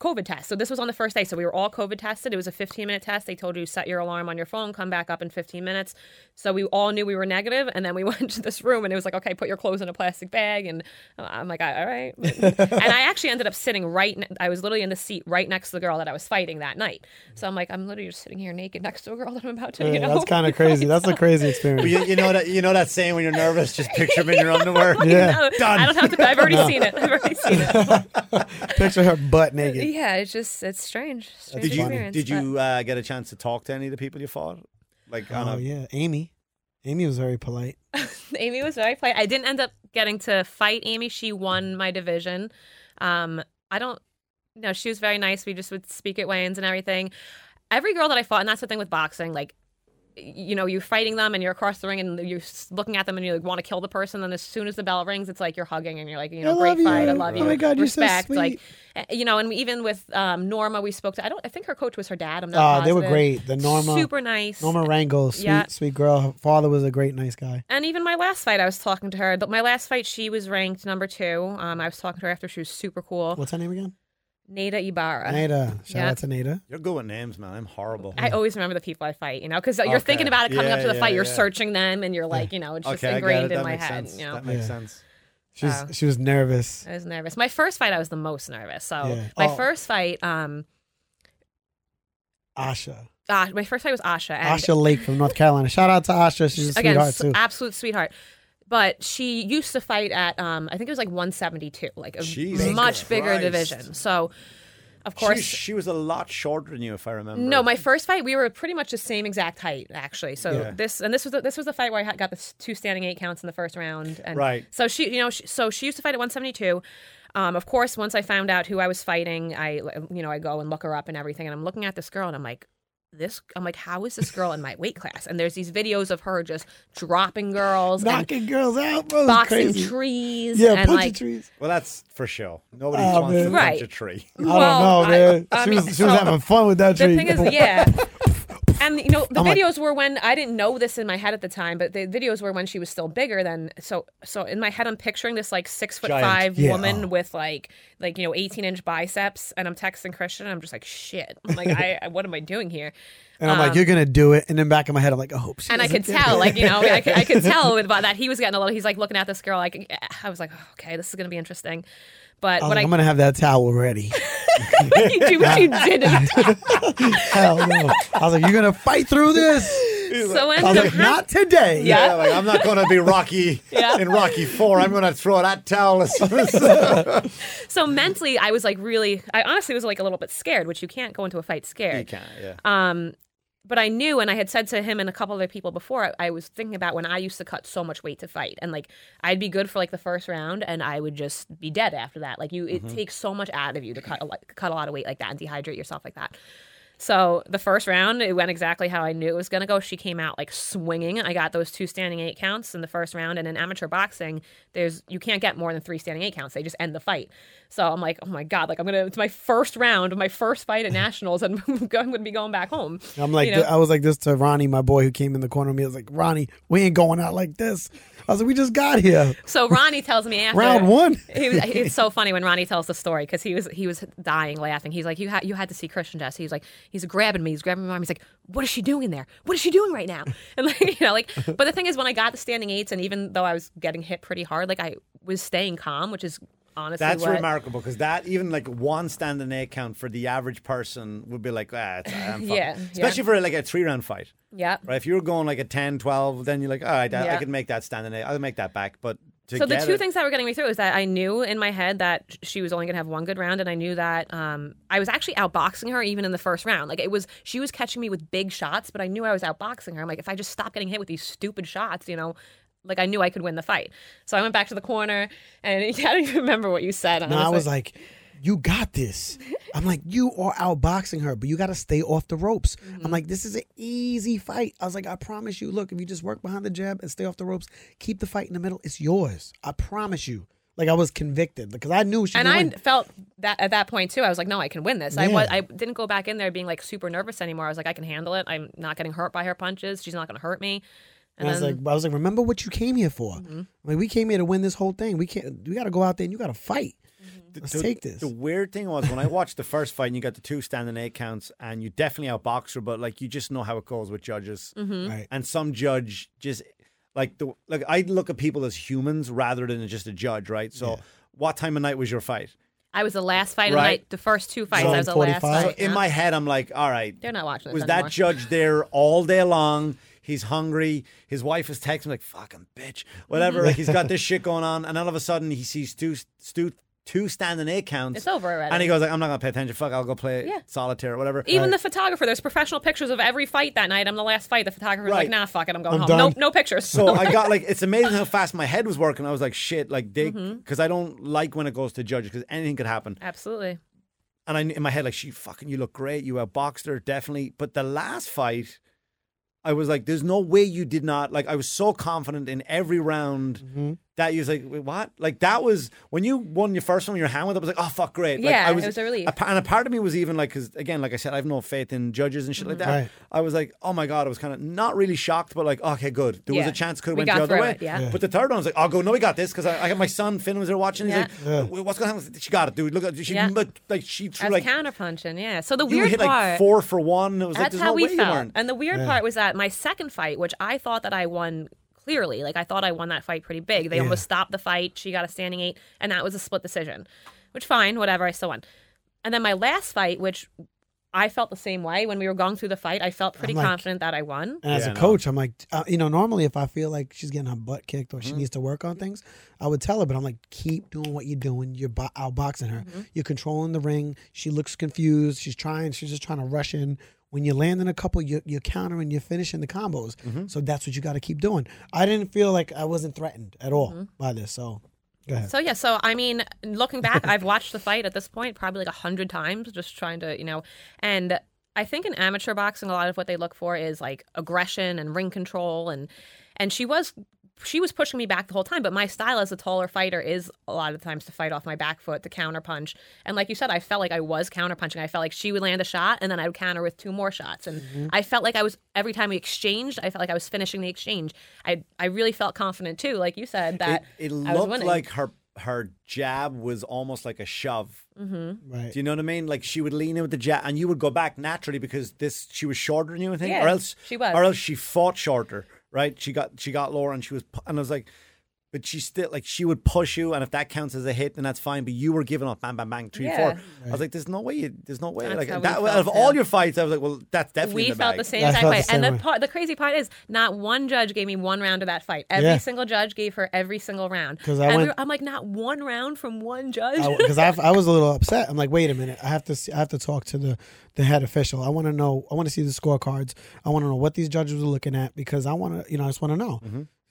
C: COVID test. So this was on the first day. So we were all COVID tested. It was a 15 minute test. They told you set your alarm on your phone, come back up in 15 minutes. So we all knew we were negative, and then we went to this room, and it was like, okay, put your clothes in a plastic bag, and uh, I'm like, all right. and I actually ended up sitting right. Ne- I was literally in the seat right next to the girl that I was fighting that night. So I'm like, I'm literally just sitting here naked next to a girl that I'm about to. you
B: Yeah,
C: know,
B: that's kind of crazy. That's a crazy
A: Well,
B: experience.
A: you, you know that you know that saying when you're nervous, just picture him in your underwear.
B: Yeah,
C: No, I don't have to. I've already seen it. I've already seen it.
B: picture her butt naked.
C: Yeah, it's just it's strange.
B: Uh,
C: strange
A: Did you
C: experience,
A: did
C: but-
A: you uh, get a chance to talk to any of the people you fought? Like on
B: Oh
A: a,
B: yeah, Amy. Amy was very polite.
C: Amy was very polite. I didn't end up getting to fight Amy. She
B: Mm.
C: won my division. Um, I don't. No, she was very nice. We just would speak at weigh-ins and everything. Every girl that I fought, and that's the thing with boxing, like. You know, you're fighting them and you're across the ring and you're s- looking at them and you like, want to kill the person. Then as soon as the bell rings, it's like you're hugging and you're like, you
B: I
C: know, great
B: love you.
C: fight, I love
B: Oh
C: you,
B: my God, you're so
C: respect. Like,
B: sweet.
C: eh, you know, and even with um, Norma, we spoke to. I don't. I think her coach was her dad. I'm not.
B: Uh, they were
C: positive.
B: great. The Norma
C: super nice.
B: Norma Rango, sweet
C: Yeah.
B: sweet girl. Her father was a great nice guy.
C: And even my last fight, I was talking to her. But my last fight, she was ranked number two. Um, I was talking to her after she was super cool.
B: What's her name again?
C: Nada Ibarra.
B: Nada. Shout
C: Oh. Yeah.
B: out to Nada.
A: You're good with names, man. I'm horrible.
C: I always remember the people I fight, you know, because you're
A: Okay.
C: thinking about it coming
A: Yeah,
C: up to the
A: yeah,
C: fight. You're
A: yeah.
C: searching them, and you're like, you know, it's just
A: okay, I got it.
C: ingrained in
A: That
C: my
A: makes
C: head.
A: sense.
C: You know,
A: That makes
B: Yeah.
A: sense.
B: She was
C: Oh.
B: she was nervous.
C: I was nervous. My first fight, I was the most nervous. So
B: Yeah.
C: my
B: Oh.
C: first fight, um,
B: Asha.
C: ah, my first fight was Asha. And
B: Asha Lake from North Carolina. Shout out to Asha. She's a
C: again,
B: sweetheart
C: s-
B: too.
C: absolute sweetheart. But she used to fight at, um, I think it was like 172, like a
A: Jesus
C: much bigger
A: Christ.
C: division. So, of
A: She,
C: course,
A: she was a lot shorter than you, if I remember.
C: No, my first fight, we were pretty much the same exact height, actually. So
A: Yeah.
C: this and this was the, this was the fight where I had- got the s- two standing eight counts in the first round. And
A: Right.
C: So she, you know, she, so she used to fight at 172. Um, of course, once I found out who I was fighting, I you know I go and look her up and everything, and I'm looking at this girl and I'm like. This I'm like, how is this girl in my weight class? And there's these videos of her just dropping girls and
B: Knocking girls out, bro. It's
C: boxing
B: crazy.
C: trees.
B: Yeah,
C: and
B: punch
C: like,
B: like, trees.
A: Well, that's for show. Nobody
B: Oh,
A: wants to
B: man.
C: Right.
A: punch a tree.
B: I
C: Well,
B: don't know, man.
C: I- I
B: she
C: mean,
B: was she was
C: so-
B: having fun with that tree.
C: The thing is, yeah. And you know the
B: I'm like-
C: videos were when I didn't know this in my head at the time, but the videos were when she was still bigger than so. So in my head, I'm picturing this like six foot
A: Giant.
C: five
B: Yeah,
C: woman
B: oh.
C: with like like you know 18 inch biceps, and I'm texting Christian, and I'm just like shit. I'm like I, I- what am I doing here?
B: and I'm like, you're gonna do it. And then back in my head, I'm like, I hope she.
C: um, And I
B: doesn't
C: could
B: do it.
C: tell, like you know, I could, I could tell with that he was getting a little. He's like looking at this girl, like I was like, oh, okay, this is gonna be interesting. But
B: I was
C: when
B: like,
C: I,
B: I'm gonna have that towel ready.
C: you do what you did,
B: Hell no. I was like, you're gonna fight through this.
C: so
B: I was
C: when
B: like, not today.
C: Yeah.
A: like, I'm not going to be Rocky
C: Yeah.
A: in Rocky Four. I'm going to throw that towel as soon as.
C: so mentally, I was like really, I honestly was like a little bit scared, which you can't go into a fight scared.
A: you can't. Yeah.
C: Um, but I knew, and I had said to him and a couple other people before, I was thinking about when I used to cut so much weight to fight, and like I'd be good for like the first round, and I would just be dead after that. Like you, it
A: Mm-hmm.
C: takes so much out of you to cut a lot, cut a lot of weight like that and dehydrate yourself like that. So the first round, it went exactly how I knew it was going to go. She came out like swinging. I got those two standing eight counts in the first round, and in amateur boxing, there's you can't get more than three standing eight counts. They just end the fight. So I'm like, oh my god, like I'm gonna. It's my first round, my first fight at nationals, and I'm gonna be going back home.
B: I'm like, uh,
C: You know?
B: I was like this to Ronnie, my boy who came in the corner of me. I was like, Ronnie, we ain't going out like this. I was like, we just got here.
C: So Ronnie tells me after
B: Round one.
C: He was- it's so funny when Ronnie tells the story because he was he was dying laughing. He's like, you had you had to see Christian Jess. He's like, he's grabbing me, he's grabbing my arm. He's like, what is she doing in there? What is she doing right now? And like you know, like. But the thing is, when I got the standing eights, and even though I was getting hit pretty hard, like I was staying calm, which is honestly
A: That's
C: what,
A: remarkable because that even like one standing A count for the average person would be like, ah, it's, I'm fine.
C: Yeah, yeah.
A: Especially for like a three round fight.
C: Yeah.
A: Right, if you were going like a 10, 12, then you're like, all right, I, I
C: Yeah.
A: can make that standing. A. I'll make that back. But to
C: so the
A: get
C: two
A: it-
C: things that were getting me through is that I knew in my head that sh- she was only going to have one good round, and I knew that um, I was actually outboxing her even in the first round. Like it was, she was catching me with big shots, but I knew I was outboxing her. I'm like, if I just stop getting hit with these stupid shots, you know, like I knew I could win the fight. So I went back to the corner, and I don't even remember what you said.
B: No, I was like, you got this. I'm like, you are outboxing her, but you got to stay off the ropes.
C: Mm-hmm.
B: I'm like, this is an easy fight. I was like, I promise you. Look, if you just work behind the jab and stay off the ropes, keep the fight in the middle. It's yours. I promise you. Like I was convicted because I knew she.
C: and
B: would
C: I
B: win.
C: felt that at that point too. I was like, no, I can win this. I
B: Yeah.
C: was, I didn't go back in there being like super nervous anymore. I was like, I can handle it. I'm not getting hurt by her punches. She's not going to hurt me.
B: And I was like, I was like, remember what you came here for. Like we came here to win this whole thing. We can't. We got to go out there and you got to fight. Let's
A: the-
B: take this.
A: The weird thing was when I watched the first fight and you got the two standing eight counts and you definitely outboxed her, but like you just know how it goes with judges.
C: Mm-hmm.
B: Right.
A: And some judge just like the like I look at people as humans rather than just a judge, right? So what time of night was your fight?
C: I was the last fight of the
A: Right.
C: night. The first two fights,
B: So
C: I was the last
B: 45?
A: So
C: fight.
A: in
C: yeah.
A: my head I'm like, all right,
C: They're not watching this
A: was
C: anymore.
A: that judge there all day long? He's hungry. His wife is texting like "fucking bitch,"
C: Mm-hmm.
A: whatever. Like he's got this shit going on, and all of a sudden he sees two, two, two standing eight counts.
C: It's over already.
A: And he goes like, "I'm not gonna pay attention. Fuck, I'll go play
C: Yeah.
A: solitaire or whatever."
C: Even the photographer, there's professional pictures of every fight that night. I'm the last fight. The photographer's
A: Right.
C: like, nah, fuck it, I'm going
B: I'm
C: home.
B: done.
C: Nope, no pictures.
A: so I got like, it's amazing how fast my head was working. I was like, "Shit!" Like, they, because
C: Mm-hmm.
A: I don't like when it goes to judges because anything could happen.
C: Absolutely.
A: And I in my head like, "She fucking, you look great. You outboxed her definitely." But the last fight. I was like, there's no way you did not. Like, I was so confident in every round
C: Mm-hmm.
A: that you was like, Wait, what? Like, that was when you won your first one, your hand went up. I was like, oh, fuck, great. Like,
C: Yeah,
A: I
C: it was a relief.
A: pa- and a part of me was even like, because again, like I said, I have no faith in judges and shit like
C: Mm-hmm.
A: that.
B: Right.
A: I was like, oh my God, I was kind of not really shocked, but like, okay, good. There was
C: Yeah.
A: a chance could have
C: We
A: went the
C: got
A: other
C: through
A: way.
C: it, yeah. Yeah.
A: But the third one, I was like, oh, go, no, we got this. Because I, I got my son, Finn, was there watching. He's
C: Yeah.
A: like, "Wait, what's going to happen? She got it, dude. Look at she,
C: Yeah.
A: like, like, she
C: I
A: threw like,
C: was counterpunching, yeah. So the
A: you
C: weird
A: hit
C: part.
A: like four for one. It was like,
C: That's
A: there's
C: how
A: no
C: we
A: way you
C: felt.
A: weren't.
C: And the weird part was that my second fight, which I thought that I won clearly, like I thought I won that fight pretty big. They almost stopped the fight. She got a standing eight, and that was a split decision, which fine, whatever. I still won. And then my last fight, which I felt the same way when we were going through the fight. I felt pretty
B: I'm like-
C: confident that I won.
B: And as
A: Yeah,
B: a
A: no.
B: coach, I'm like, uh, you know, normally if I feel like she's getting her butt kicked or she needs to work on things, I would tell her. But I'm like, keep doing what you're doing. You're bo- outboxing her. You're controlling the ring. She looks confused. She's trying. She's just trying to rush in. When you're landing a couple, you're, you're countering. You're finishing the combos.
A: Mm-hmm.
B: So that's what you got to keep doing. I didn't feel like I wasn't threatened at all by this. So go ahead.
C: So yeah, so I mean, looking back, I've watched the fight at this point probably like a hundred times, just trying to, you know, and I think in amateur boxing, a lot of what they look for is like aggression and ring control, and and she was she was pushing me back the whole time, but my style as a taller fighter is a lot of times to fight off my back foot, to counter punch, and like you said, I felt like I was counter punching. I felt like she would land a shot, and then I would counter with two more shots, and
A: Mm-hmm.
C: I felt like I was every time we exchanged, I felt like I was finishing the exchange. I I really felt confident too, like you said that
A: it, it
C: I was
A: looked
C: winning.
A: like her her jab was almost like a shove.
B: Right.
A: Do you know what I mean? Like she would lean in with the jab, and you would go back naturally because this she was shorter than you, I think,
C: Yeah,
A: or else
C: she was.
A: or else she fought shorter, right? She got she got lower, and she was, pu- and I was like. But she still like she would push you, and if that counts as a hit, then that's fine. But you were giving up, bang, bang, bang, three, four.
C: Yeah.
A: I was like, "There's no way, you, there's no way."
C: That's
A: like
C: how we
A: that, out
C: felt,
A: of all
C: too.
A: your fights, I was like, "Well, that's definitely."
C: we
A: in the
C: felt
A: bag.
C: the same
B: Yeah, I
C: exact
B: felt
C: way.
B: the same
C: and
B: way.
C: the, part, the crazy part is, not one judge gave me one round of that fight. Every
B: Yeah.
C: single judge gave her every single round.
B: 'Cause I
C: and
B: went-
C: were, I'm like, not one round from one judge.
B: because I, I was a little upset. I'm like, wait a minute, I have to see, I have to talk to the the head official. I want to know. I want to see the scorecards. I want to know what these judges are looking at because I want to, you know, I just want to know.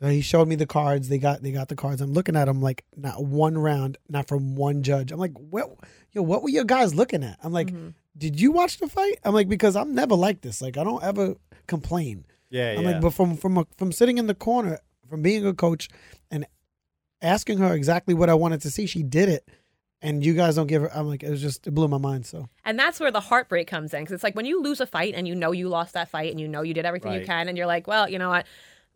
B: So he showed me the cards. They got they got the cards. I'm looking at them like not one round, not from one judge. I'm like, what, yo, what were your guys looking at? I'm like, did you watch the fight? I'm like, because I'm never like this. Like I don't ever complain.
A: Yeah,
B: I'm
A: yeah.
B: like, but from from a, from sitting in the corner, from being a coach, and asking her exactly what I wanted to see, she did it, and you guys don't give her. I'm like, it was just it blew my mind. So
C: and that's where the heartbreak comes in. Because it's like when you lose a fight and you know you lost that fight and you know you did everything
A: Right.
C: you can and you're like, well, you know what?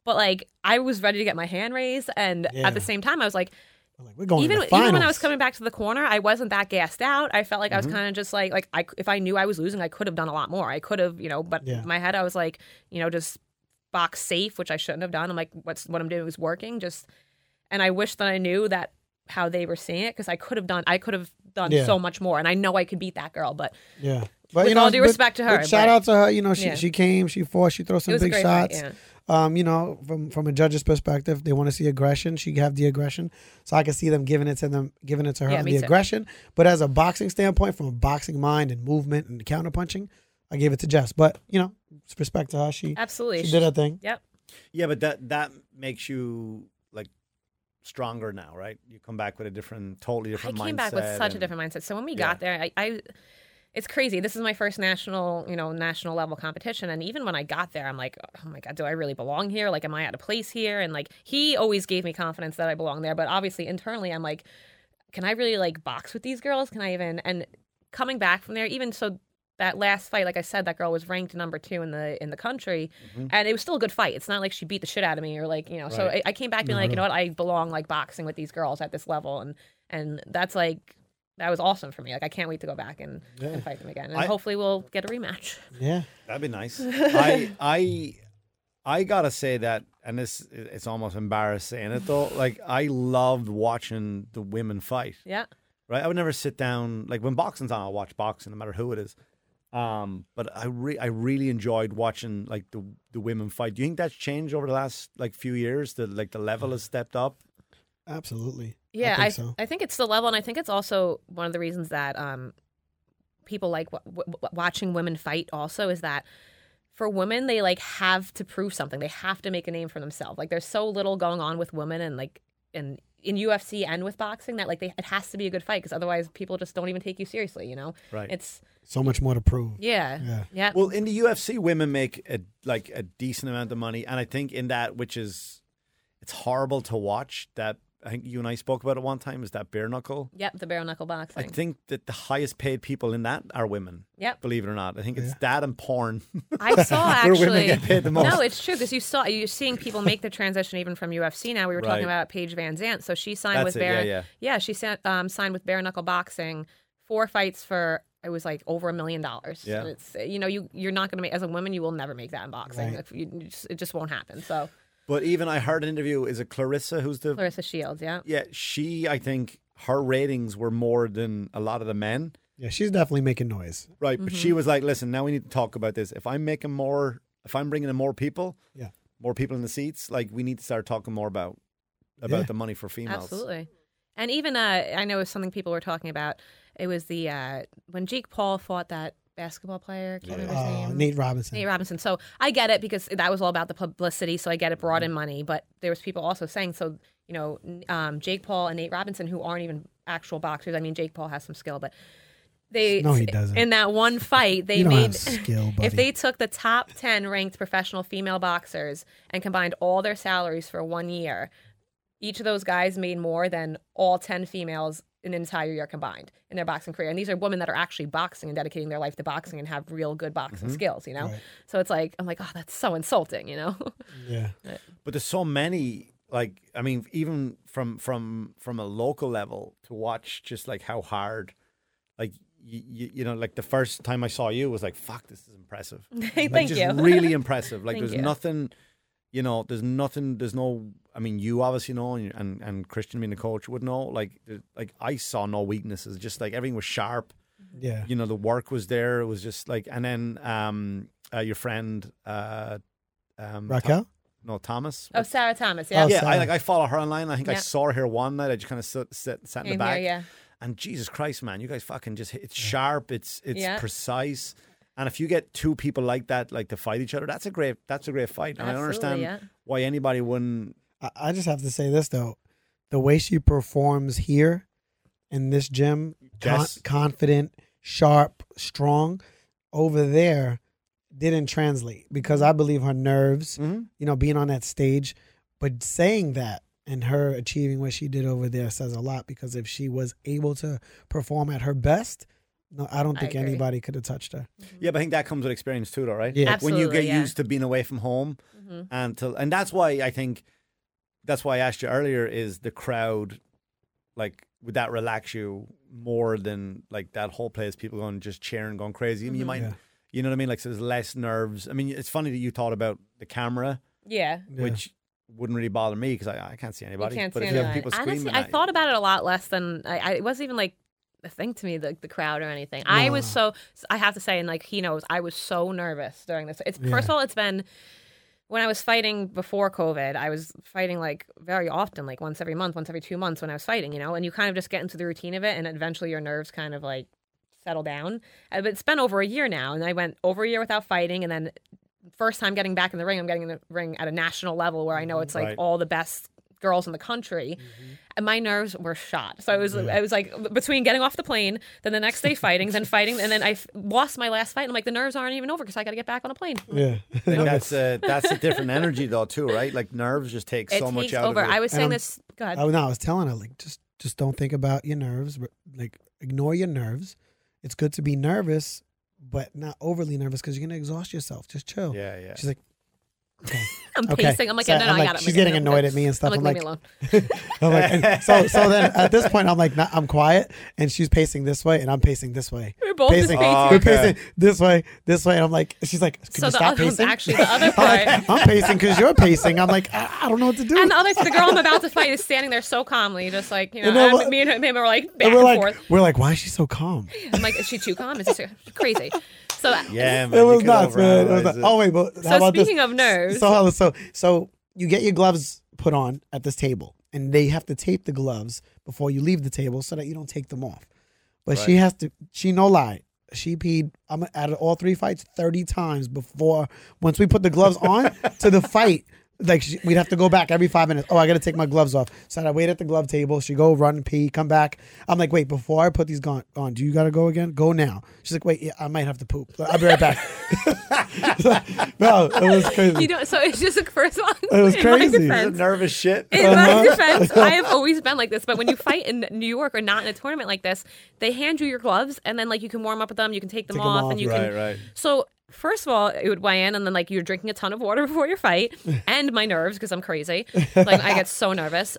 C: But like, I was ready to get my hand raised. And
B: Yeah.
C: at the same time, I was like,
B: I'm like, we're going
C: even
B: to the
C: even when I
B: finals. Mm-hmm.
C: was coming back to the corner, I wasn't that gassed out. I felt like I was kind of just like like I if I knew I was losing, I could have done a lot more. I could have you know, but
B: Yeah.
C: in my head I was like you know just box safe, which I shouldn't have done. I'm like what's what I'm doing is working. Just and I wish that I knew that how they were seeing it because I could have done I could have done
B: Yeah.
C: so much more, and I know I could beat that girl, but
B: yeah, But
C: With
B: you know,
C: all due
B: but-
C: respect to her,
B: but shout
C: but-
B: out to her. You know, she,
C: Yeah.
B: she came, she fought, she threw some
C: was a
B: big
C: great fight,
B: shots. Um, you know, from from a judge's perspective, they want to see aggression. She have the aggression, so I can see them giving it to them, giving it to her
C: Yeah,
B: on
C: me
B: the
C: too.
B: aggression. But as a boxing standpoint, from a boxing mind and movement and counterpunching, I gave it to Jess. But you know, respect to her, she
C: absolutely.
B: she did her thing.
C: Yep.
A: Yeah, but that that makes you like stronger now, right? You come back with a different, totally
C: I
A: different mindset.
C: came back with such a
A: and-
C: different mindset. So when we
A: Yeah.
C: got there, I, I it's crazy. This is my first national, you know, national level competition. And even when I got there, I'm like, oh my God, do I really belong here? Like, am I out of place here? And like he always gave me confidence that I belong there. But obviously internally I'm like, can I really like box with these girls? Can I even and coming back from there, even so that last fight, like I said, that girl was ranked number two in the in the country, and it was still a good fight. It's not like she beat the shit out of me or like you know. So
A: Mm-hmm.
C: I,
A: Right. Mm-hmm.
C: I came back being like, you know what, I belong like boxing with these girls at this level, and and that's like that was awesome for me. Like I can't wait to go back and, and fight them again, and
A: I-
C: hopefully we'll get a rematch.
B: Yeah,
A: That'd be nice. I I I gotta say that, and this it's almost embarrassing saying it though. Like I loved watching the women fight.
C: Yeah,
A: Right, I would never sit down like when boxing's on. I'll watch boxing, no matter who it is. Um, but I re- I really enjoyed watching like the the women fight. Do you think that's changed over the last like few years? That like the level has stepped up.
B: absolutely.
C: yeah.
B: I
C: I
B: think so.
C: I think it's the level, and I think it's also one of the reasons that um people like w- w- w- watching women fight. Also, is that for women they like have to prove something they have to make a name for themselves like there's so little going on with women and like in in UFC and with boxing that like they, it has to be a good fight because otherwise people just don't even take you seriously you know
A: Right.
C: it's
B: So much more to prove.
C: yeah
B: Yeah.
C: yeah, yeah.
A: Well, in the UFC, women make a, like a decent amount of money, and I think in that, which is, it's horrible to watch. That I think you and I spoke about it one time. Is that bare knuckle?
C: yep the bare knuckle
A: I
C: boxing
A: think that the highest paid people in that are women.
C: Yep.
A: Believe it or not, I think it's that and porn.
C: I saw
A: Where
C: actually
A: women get paid the most.
C: no it's true because you saw you're seeing people make the transition even from UFC now we were
A: Right.
C: talking about Paige Van Zant so she signed
A: That's
C: with
A: it,
C: bare
A: yeah, yeah.
C: she sa- um, signed with bare knuckle boxing four fights for it was like over a million dollars
A: Yeah.
C: And it's you know you you're not gonna make as a woman you will never make that in boxing
B: Right.
C: If you, you just, it just won't happen so
A: but even I heard an interview. Is it Clarissa who's the
C: Clarissa Shields yeah
A: Yeah, she, I think her ratings were more than a lot of the men.
B: Yeah, she's definitely making noise.
A: Right. But she was like, listen, now we need to talk about this. If I'm making more, if I'm bringing in more people,
B: Yeah.
A: more people in the seats, like we need to start talking more about about
B: Yeah.
A: the money for females.
C: Absolutely. And even uh, I know it was something people were talking about. It was the uh, when Jake Paul fought that basketball player. Can't remember his
B: Uh,
C: name.
B: Nate Robinson.
C: Nate Robinson. So I get it because that was all about the publicity. So I get it brought in money, but there was people also saying so. You know, n- um, Jake Paul and Nate Robinson, who aren't even actual boxers. I mean, Jake Paul has some skill, but they
B: No, he doesn't.
C: In that one fight, they
B: You don't
C: made
B: have skill, buddy.
C: if they took the top ten ranked professional female boxers and combined all their salaries for one year, each of those guys made more than all 10 females in an entire year combined in their boxing career. And these are women that are actually boxing and dedicating their life to boxing and have real good boxing skills, you know?
B: Right.
C: So it's like, I'm like, oh, that's so insulting, you know?
B: Yeah.
A: But there's so many like I mean, even from from from a local level to watch just like how hard like you, you, you know, like the first time I saw you was like, fuck, this is impressive.
C: Hey,
A: Like,
C: Thank
A: just
C: you.
A: really impressive. Like
C: Thank
A: there's
C: you.
A: nothing, you know, there's nothing, there's no. I mean, you obviously know, and and, and Christian being the coach would know. Like, there- like I saw no weaknesses. Just like everything was sharp.
B: Yeah.
A: You know, the work was there. It was just like, and then um, uh, your friend, uh, um,
B: Raquel?
A: no Thomas.
C: oh, Sarah Thomas, yeah.
B: Oh,
A: yeah, I
B: Sarah.
A: like I follow her online. I think I
C: Yeah.
A: saw her here one night. I just kind of sit, sit, sat in the
C: Came
A: back.
C: here, yeah.
A: And Jesus Christ, man, you guys fucking just hit, it's sharp, it's it's
C: Yeah.
A: precise. And if you get two people like that, like to fight each other, that's a great that's a great fight. And I don't
C: Absolutely,
A: understand why anybody wouldn't.
B: I, I just have to say this though, the way she performs here in this gym, con-
A: Jess?
B: confident, sharp, strong, over there didn't translate because I believe her nerves, you know, being on that stage, but saying that and her achieving what she did over there says a lot because if she was able to perform at her best, no, I don't
C: I
B: think
C: agree.
B: anybody could have touched her.
A: Yeah, but I think that comes with experience too, though, right?
B: Yeah.
A: Like, when you get
C: Absolutely, yeah.
A: used to being away from home,
C: Mm-hmm.
A: and to, and that's why I think that's why I asked you earlier is the crowd, like would that relax you more than like that whole place people going just cheering, going crazy? I mean, you might,
B: Mm-hmm. Yeah.
A: you know what I mean? Like so there's less nerves. I mean, it's funny that you thought about the camera.
C: Yeah.
B: Yeah.
A: which wouldn't really bother me because I, I can't see anybody.
C: You can't
A: but
C: see
A: if you have
C: anyone.
A: people screaming,
C: Honestly, I
A: at you-
C: thought about it a lot less than I, I. It wasn't even like a thing to me, the, the crowd or anything. I was so, I have to say, and like he knows, I was so nervous during this. It's first of all, it's been when I was fighting before COVID, I was fighting like very often, like once every month, once every two months when I was fighting, you know, and you kind of just get into the routine of it and eventually your nerves kind of like settle down. Uh, But it's been over a year now, and I went over a year without fighting, and then first time getting back in the ring, I'm getting in the ring at a national level where I know it's like
A: Mm-hmm. Right.
C: all the best girls in the country.
B: Mm-hmm.
C: And my nerves were shot. So I was I was like between getting off the plane, then the next day fighting, then fighting, and then I f- lost my last fight. And I'm like the nerves aren't even over because I got to get back on a plane.
B: Yeah.
A: Like, that's a that's a different energy though too, right? Like nerves just take
C: It
A: so much
C: takes
A: out
C: over.
A: of you.
C: I was saying
B: I'm-
C: this. Go ahead.
B: I, Oh, no, I was telling her like just just don't think about your nerves. but, Like ignore your nerves. It's good to be nervous, but not overly nervous because you're gonna exhaust yourself. Just chill.
A: yeah, yeah.
B: She's like, okay,
C: I'm
B: okay.
C: pacing. I'm like,
B: So
C: yeah, no, no,
B: I'm
C: I
B: like,
C: got it. I'm
B: She's
C: like,
B: getting
C: no,
B: annoyed
C: no.
B: at me and stuff.
C: I'm like, leave me alone.
B: I'm like, and so so then at this point I'm like, nah, I'm quiet, and she's pacing this way, and I'm pacing this way.
C: We're both just
B: pacing,
C: pacing.
A: Oh,
B: we're
A: okay.
B: pacing this way, this way, and I'm like, she's like, uh, can
C: So
B: you
C: the
B: stop
C: other one's
B: pacing?
C: actually the other
B: I'm,
C: part.
B: like, I'm pacing because you're pacing. I'm like, I, I don't know what to do.
C: And the other, the girl I'm about to fight is standing there so calmly, just like you know.
B: And then
C: I'm-
B: what-
C: me and him were like back
B: and
C: and,
B: we're like,
C: forth.
B: we're like, why is she so calm?
C: I'm like, is she too calm? Is this she's crazy? So
A: yeah, man,
B: it
A: you
B: was
A: could
B: nuts, man. It was
A: overanalyze
B: nuts. Oh wait, but how
C: So
B: about this?
C: speaking of nerves-
B: so how- so so you get your gloves put on at this table, and they have to tape the gloves before you leave the table so that you don't take them off. But she has to. She no lie. She peed. I'm out of all three fights thirty times before. Once we put the gloves on to the fight. Like she, we'd have to go back every five minutes. Oh, I gotta take my gloves off. So I wait at the glove table. She go run, pee, come back. I'm like, wait, before I put these on, on, do you gotta go again? Go now. She's like, wait, yeah, I might have to poop. I'll be right back. no, it was
C: you
B: crazy.
C: know, so it's just the first one.
B: It was
C: in my
B: crazy.
A: it.
C: defense.
A: nervous shit.
C: In my
B: Uh-huh.
C: defense, I have always been like this, but when you fight in New York or not in a tournament like this, they hand you your gloves and then like you can warm up with them, you can take them,
B: Take 'em
C: off,
B: off,
C: and you
A: right,
C: can.
A: right.
C: So first of all, it would weigh in, and then like you're drinking a ton of water before your fight, and my nerves because I'm crazy. Like I get so nervous.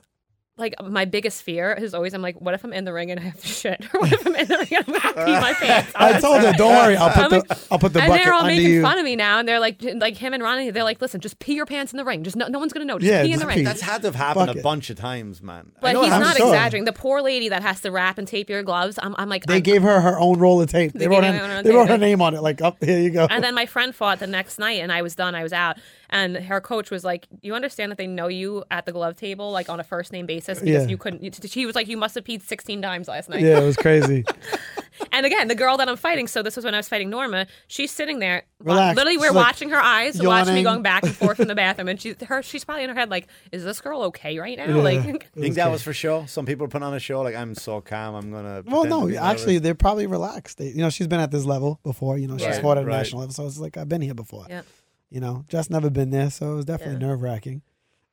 C: Like my biggest fear is always I'm like, what if I'm in the ring and I have to shit, or what if I'm in the ring and I'm gonna pee my pants?
B: I told her, don't worry, I'll put
C: I'm
B: the
C: like-
B: I'll put the
C: and
B: bucket
C: they're all
B: under
C: making
B: you.
C: fun of me now, and they're like, like him and Ronnie, they're like, listen, just pee your pants in the ring. Just no, no one's gonna know. Just
B: Yeah,
C: pee in
B: just
C: the
B: pee.
C: ring.
B: That's
A: That's had to have happened
B: Fuck it.
A: a bunch of times, man. I
C: But
A: know it
C: he's
A: happened-
C: not
B: sure.
C: exaggerating. The poor lady that has to wrap and tape your gloves. I'm, I'm like,
B: They
C: I'm-
B: gave her her own roll of tape. They,
C: They
B: wrote
C: gave
B: her,
C: her her own
B: they wrote her
C: tape.
B: name on it. Like, up here you go.
C: And then my friend fought the next night, and I was done. I was out. And her coach was like, "You understand that they know you at the glove table, like on a first name basis, because
B: Yeah.
C: you couldn't." You, she was like, "You must have peed sixteen times last night."
B: yeah, it was crazy.
C: And again, the girl that I'm fighting. So this was when I was fighting Norma. She's sitting there, wa-
B: Relax.
C: literally, we're
B: She's, like,
C: watching her eyes, watching me
B: yawning.
C: going back and forth in the bathroom, and she's her. She's probably in her head like, "Is this girl okay right now?" Like,
A: I think that was for show. Some people put on a show like I'm so calm. I'm gonna.
B: Well,
A: pretend to
B: no,
A: be nervous."
B: actually, they're probably relaxed. They, you know, she's been at this level before. You know, she's
C: Right,
B: fought at a
A: right.
B: national level, so it's like I've been here before.
C: yeah.
B: You know, just never been there, so it was definitely nerve wracking. It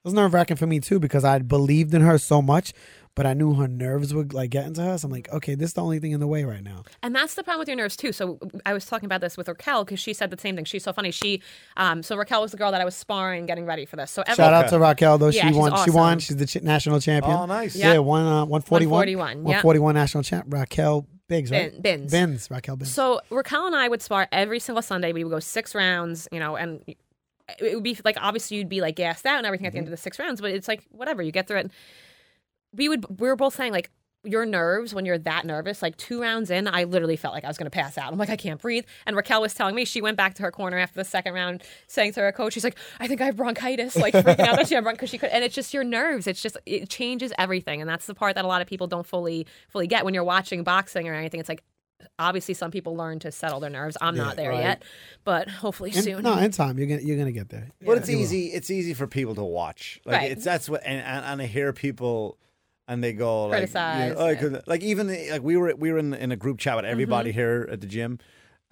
B: was nerve wracking for me too because I believed in her so much, but I knew her nerves would like get into her. So I'm like, okay, this is the only thing in the way right now.
C: And that's the problem with your nerves too. So I was talking about this with Raquel because she said the same thing. She's so funny. She, um, so Raquel was the girl that I was sparring, getting ready for this. So every,
B: Shout out to Raquel though.
C: Yeah,
B: she
C: she's
B: won. She won.
C: awesome.
B: She's the ch- national champion.
A: Oh, nice.
B: Yeah,
C: Yeah.
B: one uh, 141.
C: 141, yeah.
B: 141 national champ. Raquel Biggs, right?
C: Bin- Bins.
B: Bins. Raquel Bins.
C: So Raquel and I would spar every single Sunday. We would go six rounds, you know, and it would be like obviously you'd be like gassed out and everything at the end
B: Mm-hmm.
C: of the six rounds, but it's like whatever you get through it. We would we were both saying like your nerves when you're that nervous, like two rounds in, I literally felt like I was gonna pass out. I'm like I can't breathe. And Raquel was telling me she went back to her corner after the second round, saying to her coach, she's like, I think I have bronchitis, like freaking out that she had bronchitis because she could. And it's just your nerves. It's just it changes everything, and that's the part that a lot of people don't fully fully get when you're watching boxing or anything. It's like obviously some people learn to settle their nerves. I'm not there yet, but hopefully
B: In-
C: soon.
B: no, in time you're gonna you're gonna get there.
A: But it's easy. It's easy for people to watch. Like
C: Right.
A: it's that's what and, and, and I hear people and they go like,
C: Criticize, Mm-hmm.
A: oh, I
C: yeah.
A: couldn't-" like even the- like we were we were in in a group chat with everybody here at the gym,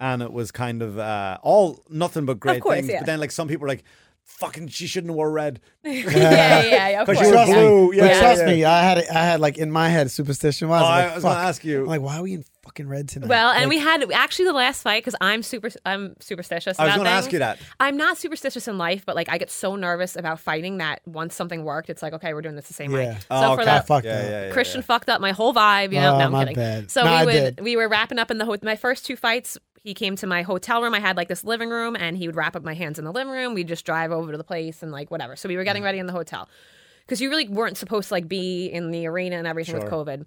A: and it was kind of uh, all nothing but great
C: course,
A: things.
C: yeah.
A: But then like some people were like, fucking, she shouldn't have wore red. Oh,
C: yeah, yeah, yeah. Of
A: 'Cause
C: course.
A: you were
B: Trust
A: blue,
B: me,
A: yeah,
B: but
A: yeah,
B: trust
A: yeah.
B: me. I had it, I had like in my head superstition wise.
A: Oh,
B: like,
A: I was gonna
B: fuck.
A: ask you.
B: I'm like, why are we in fucking red tonight?
C: Well, and
B: Like,
C: we had actually the last fight because I'm super, I'm superstitious.
A: I was
C: about
A: gonna ask
C: things.
A: you that.
C: I'm not superstitious in life, but like I get so nervous about fighting that once something worked, it's like okay, we're doing this the same way.
B: Yeah.
C: So
A: Oh,
C: for
A: okay.
C: that,
B: fuck
A: yeah,
B: that.
A: yeah, yeah,
C: Christian fucked up my whole vibe. You know,
B: Oh,
C: no, I'm
B: my
C: kidding.
B: bad.
C: So
B: No,
C: we
B: I
C: would
B: did.
C: we were wrapping up in the ho- my first two fights. He came to my hotel room. I had like this living room, and he would wrap up my hands in the living room. We'd just drive over to the place and like whatever. So we were
B: Mm.
C: getting ready in the hotel because you really weren't supposed to like be in the arena and everything with COVID.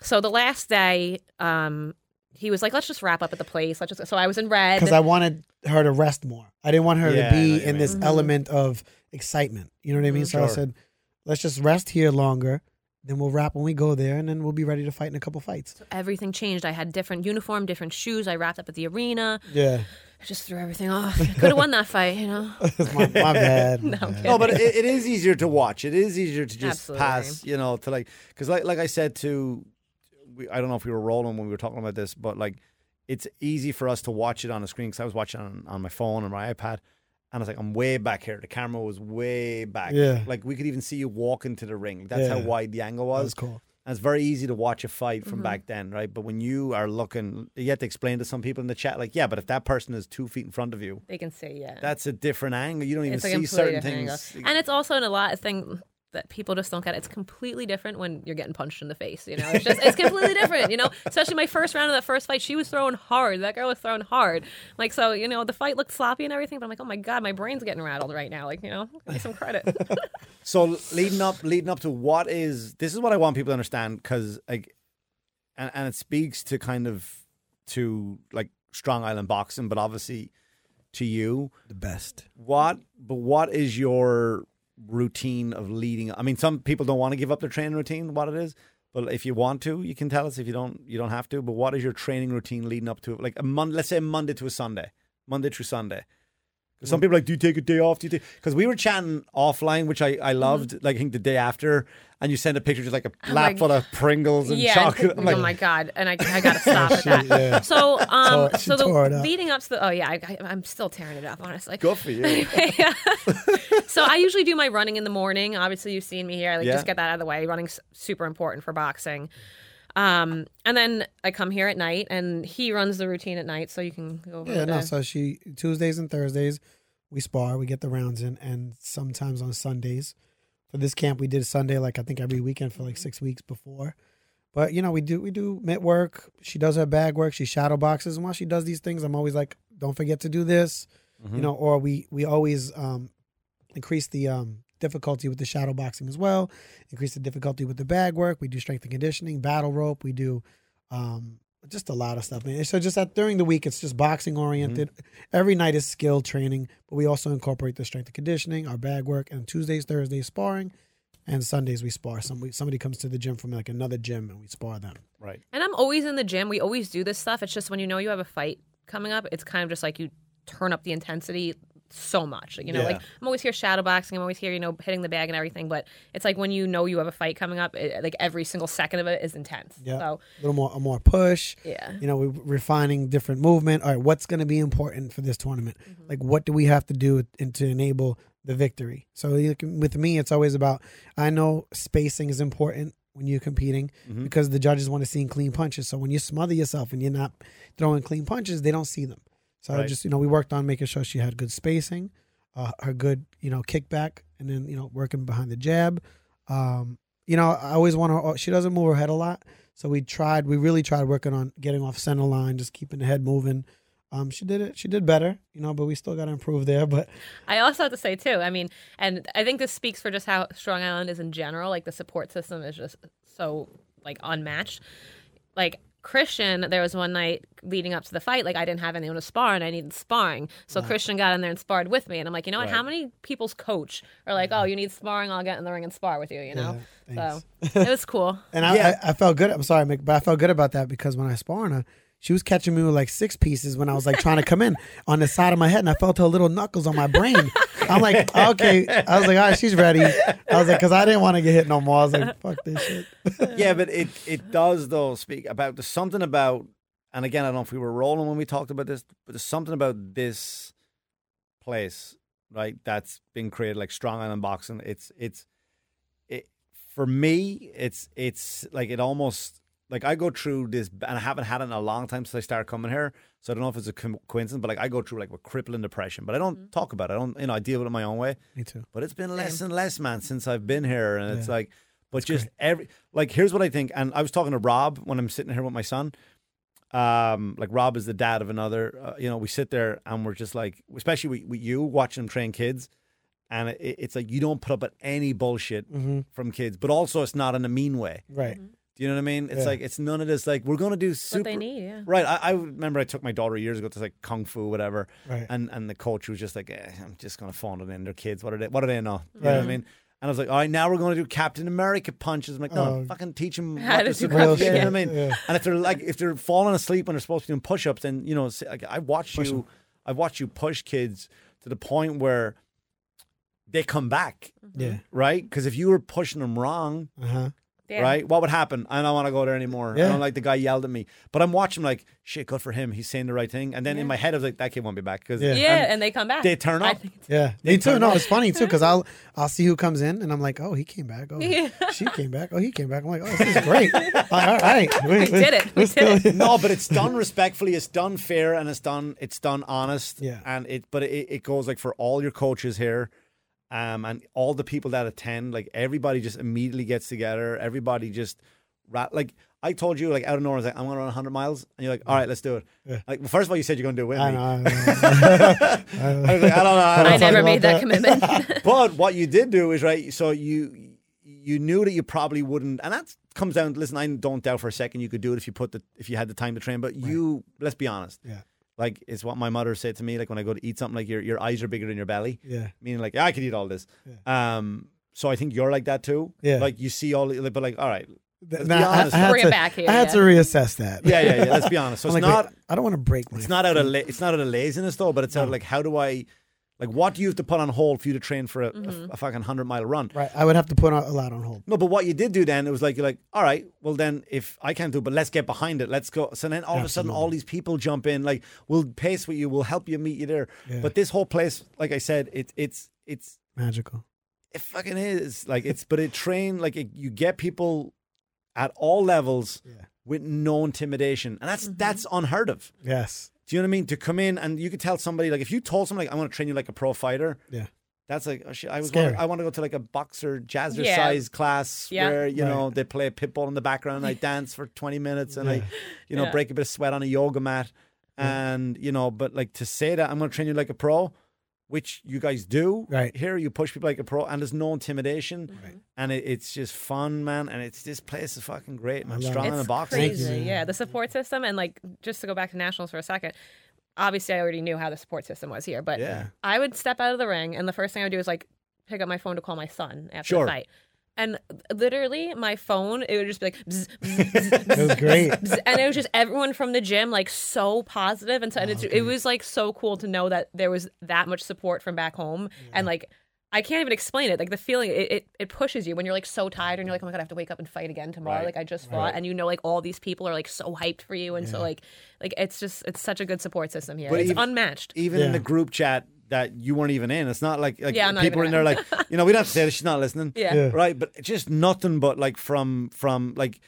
C: So the last day, um, he was like, "Let's just wrap up at the place." Let's just. So I was in red.
B: because I wanted her to rest more. I didn't want her
A: Yeah,
B: to
A: I know
B: be
A: what you Mm-hmm.
B: in this
C: mean. Mhm.
B: element of excitement. You know what I mean?
C: Mhm.
B: So I
A: Sure.
B: said, let's just rest here longer. Then we'll wrap when we go there, and then we'll be ready to fight in a couple fights.
C: Everything changed. I had different uniform, different shoes. I wrapped up at the arena.
B: Yeah,
C: I just threw everything off. Could have won that fight, you know.
B: It's my, my bad.
C: No, I'm
A: No, but it, it is easier to watch. It is easier to just
C: Absolutely.
A: pass, you know, to like because like like I said to, we, I don't know if we were rolling when we were talking about this, but like it's easy for us to watch it on a screen because I was watching on, on my phone or my iPad, and I was like, I'm way back here. The camera was way back.
B: Yeah.
A: like we could even see you walk into the ring. That's how
B: Yeah.
A: wide the angle
B: that
A: was.
B: was cool.
A: And it's very easy to watch a fight
C: Mm-hmm.
A: from back then, right? But when you are looking, you have to explain to some people in the chat, like, yeah, but if that person is two feet in front of you,
C: They can say yeah.
A: that's a different angle. You don't even
C: it's a
A: see
C: completely
A: certain
C: different angle.
A: things.
C: And it's also in a lot of thing that people just don't get. It's completely different when you're getting punched in the face. You know, it's just it's completely different. You know, especially my first round of that first fight, she was throwing hard. That girl was throwing hard. Like so, you know, the fight looked sloppy and everything, but I'm like, oh my god, my brain's getting rattled right now. Like you know, give me some credit.
A: So leading up, leading up to what is this is what I want people to understand because like, and and it speaks to kind of to like Strong Island boxing, but obviously to you,
B: The best.
A: what but what is your routine of leading? I mean, some people don't want to give up their training routine, what it is, but if you want to, you can tell us. If you don't, you don't have to. But what is your training routine leading up to it? Like a month, let's say a Monday to a Sunday, Monday through Sunday. 'Cause Some people are like, do you take a day off? Do you take? Because we were chatting offline, which I, I loved. Like I think the day after, and you sent a picture just like a lap
C: my-
A: full of Pringles and
C: yeah. and
A: chocolate. I'm
C: oh
A: like,
C: my god, and I, I gotta stop at that.
B: Oh, yeah.
C: So um,
B: Tore- she
C: so
B: tore it
C: the
B: up.
C: leading up to the oh yeah, I, I, I'm still tearing it up honestly.
A: good for you.
C: so I usually do my running in the morning. Obviously, you've seen me here. I like
A: Yeah.
C: just get that out of the way. Running's super important for boxing. Um, and then I come here at night, and he runs the routine at night, so you can go over.
B: Yeah,
C: the,
B: no. So she Tuesdays and Thursdays we spar, we get the rounds in, and sometimes on Sundays. For this camp, we did Sunday like I think every weekend for
C: Mm-hmm.
B: like six weeks before. But you know, we do we do mitt work. She does her bag work. She shadow boxes, and while she does these things, I'm always like, don't forget to do this,
A: Mm-hmm.
B: you know. Or we we always um, increase the um, difficulty with the shadow boxing as well. Increase the difficulty with the bag work. We do strength and conditioning, battle rope. We do um, just a lot of stuff, man. So just that during the week, it's just boxing oriented. Every night is skill training, but we also incorporate the strength and conditioning, our bag work, and Tuesdays, Thursdays sparring, and Sundays we spar. Somebody somebody comes to the gym from like another gym and we spar them.
A: Right.
C: and I'm always in the gym. We always do this stuff. It's just when you know you have a fight coming up, it's kind of just like you turn up the intensity so much. You know,
A: Yeah.
C: like I'm always here shadow boxing. I'm always here, you know, hitting the bag and everything. But it's like when you know you have a fight coming up, it, like every single second of it is intense.
B: Yeah,
C: So
B: a little more a more push.
C: yeah.
B: You know, we're refining different movement. All right, what's going to be important for this tournament?
C: Mm-hmm.
B: Like, what do we have to do in- to enable the victory? So, you can, with me, it's always about I know spacing is important when you're competing because the judges want to see clean punches. So, when you smother yourself and you're not throwing clean punches, they don't see them. So, I
A: Right.
B: just, you know, we worked on making sure she had good spacing, uh, her good, you know, kickback, and then, you know, working behind the jab. Um, you know, I always want her. She doesn't move her head a lot, so we tried. We really tried working on getting off center line, just keeping the head moving. Um, she did it. She did better, you know, but we still got to improve there. But
C: I also have to say too. I mean, and I think this speaks for just how Strong Island is in general. Like the support system is just so like unmatched. Like Christian, there was one night leading up to the fight, like I didn't have anyone to spar and I needed sparring. So Christian got in there and sparred with me, and I'm like, you know what? How many people's coach are like, oh, you need sparring? I'll get in the ring and spar with you. You know.
B: Yeah,
C: so it was cool.
B: and I,
A: Yeah.
B: I, I felt good. I'm sorry, Mick, but I felt good about that because when I spar on her, she was catching me with like six pieces when I was like trying to come in on the side of my head, and I felt her little knuckles on my brain. I'm like, okay. I was like, all right, she's ready. I was like, because I didn't want to get hit no more. I was like, fuck this shit.
A: yeah, but it it does though speak about there's something about and again I don't know if we were rolling when we talked about this, but there's something about this place, right, that's been created like Strong Island Boxing. It's it's it for me, it's it's like it almost like I go through this, and I haven't had it in a long time since I started coming here. So I don't know if it's a co- coincidence, but like I go through like with crippling depression, but I don't talk about it. I don't, you know, I deal with it my own way
B: Me too.
A: but it's been less and less, man, since I've been here. And it's
B: Yeah.
A: like, but just every like, here's what I think. And I was talking to Rob when I'm sitting here with my son. Um, like Rob is the dad of another. Uh, you know, we sit there and we're just like, especially with, with you watching them train kids, and
B: Mm-hmm.
A: it, it's like you don't put up with any bullshit from kids, but also it's not in a mean way.
B: Right.
A: Do you know what I mean? It's
B: Yeah.
A: like it's none of this like we're gonna do super.
C: what they need. Yeah.
A: Right. I, I remember I took my daughter years ago to like kung fu, whatever,
B: Right.
A: and and the coach was just like, eh, I'm just gonna phone it in. Their kids, what are they? What do they know? You know what I
B: Right.
A: mean? And I was like, all right, now we're gonna do Captain America punches. I'm like, no,
B: Oh.
A: fucking teach them what
C: How to
A: they're
C: do
A: supposed
B: Real
A: to do. You know
B: shit.
A: what I mean?
B: Yeah.
A: And if they're like, if they're falling asleep when they're supposed to be doing push-ups, then you know, say- like, I watch you, I watch you push kids to the point where they come back,
B: Yeah.
A: right? Because if you were pushing them wrong,
B: Uh huh.
C: Yeah.
A: right? What would happen? I don't want to go there anymore. I
B: Yeah.
A: don't like the guy yelled at me. But I'm watching like, shit, good for him. He's saying the right thing. And then in my head, I was like, that kid won't be back because
B: Yeah.
C: Yeah, and, they come back.
A: they turn
C: I
A: up.
C: think it's-
B: Yeah, me too.
A: turn
B: No,
A: up.
B: it's funny too because I'll I'll see who comes in and I'm like, oh, he came back. Oh, she came back. Oh, he came back. I'm like, oh, this is great. Like, all right, we,
C: We did it. We did it.
A: no, but it's done respectfully. It's done fair, and it's done. It's done honest.
B: Yeah.
A: And it, but it, it goes like for all your coaches here, um, and all the people that attend. Like everybody just immediately gets together. Everybody just, ra- like I told you, like out of nowhere, I was like, I'm gonna run 100 miles, and you're like, all right, let's do it. Like well, first of all, you said you're gonna do it with
B: I
A: me.
B: know. I know.
A: I was like, I don't know. I don't
C: I
A: know.
C: never
B: about
C: made that,
B: that.
C: commitment.
A: but what you did do is right. So you you knew that you probably wouldn't, and that comes down. Listen, I don't doubt for a second you could do it if you put the if you had the time to train. But you, let's be honest,
B: Yeah.
A: like it's what my mother said to me. Like when I go to eat something, like your your eyes are bigger than your belly,
B: Yeah.
A: meaning like yeah, I could eat all this. Um, so I think you're like that too.
B: Yeah.
A: like you see all, the- like, but like all right, let's
B: Nah,
A: be
B: I,
A: honest.
B: I had
C: Bring it
B: to,
C: back here,
B: I had
C: yeah.
B: to reassess that.
A: yeah, yeah, yeah. Let's be honest. So
B: I'm
A: it's
B: like, wait,
A: not
B: I don't want to break my.
A: it's not out of la- it's not out of laziness though, but it's out of like how do I. Like, what do you have to put on hold for you to train for a, a- a fucking 100 mile run?
B: right. I would have to put a lot on hold.
A: No, but what you did do then, it was like you're like, all right, well then if I can't do, it, but let's get behind it, let's go. So then all of a sudden, all these people jump in, like we'll pace with you, we'll help you, meet you there.
B: Yeah.
A: But this whole place, like I said, it's it's it's
B: Magical.
A: it fucking is like it's, but it train like it, you get people at all levels
B: Yeah.
A: with no intimidation, and that's that's unheard of.
B: Yes.
A: Do you know what I mean? To come in and you could tell somebody like if you told somebody like I'm going to train you like a pro fighter,
B: Yeah.
A: that's like oh shit, I was
B: Scary.
A: wanna- I want to go to like a boxer jazzercise class
C: Yeah.
A: where you know
B: Right.
A: they play pitball in the background. I dance for twenty minutes and I, you know,
C: Yeah.
A: break a bit of sweat on a yoga mat, and you know, but like to say that I'm going to train you like a pro, which you guys do
B: Right.
A: here. You push people like a pro, and there's no intimidation, and it, it's just fun, man. And it's this place is fucking great, man.
B: love
A: Strong
B: it.
A: in the
C: it's
A: box.
C: crazy.
B: man.
C: yeah, the support system and like just to go back to nationals for a second. Obviously, I already knew how the support system was here, but
A: Yeah.
C: I would step out of the ring, and the first thing I would do is like pick up my phone to call my son after
A: Sure.
C: the fight. And literally, my phone it would just be like, bzz, bzz, bzz,
B: It was great.
C: bzz, and it was just everyone from the gym like so positive, and so and it's, it was like so cool to know that there was that much support from back home, and like. I can't even explain it. Like the feeling, it, it, it pushes you when you're like so tired and you're like, oh my god, I have to wake up and fight again tomorrow.
A: Right.
C: Like I just fought, and you know, like all these people are like so hyped for you, and so like, like it's just it's such a good support system here.
A: But
C: it's
A: even-
C: unmatched.
A: even in
B: Yeah.
A: the group chat that you weren't even in. It's not like, like
C: Yeah, I'm not
A: people
C: even
A: in there
C: in.
A: like, you know, we don't have to say this, she's not listening.
C: Yeah.
B: Yeah.
A: Right. But it's just nothing but like from from like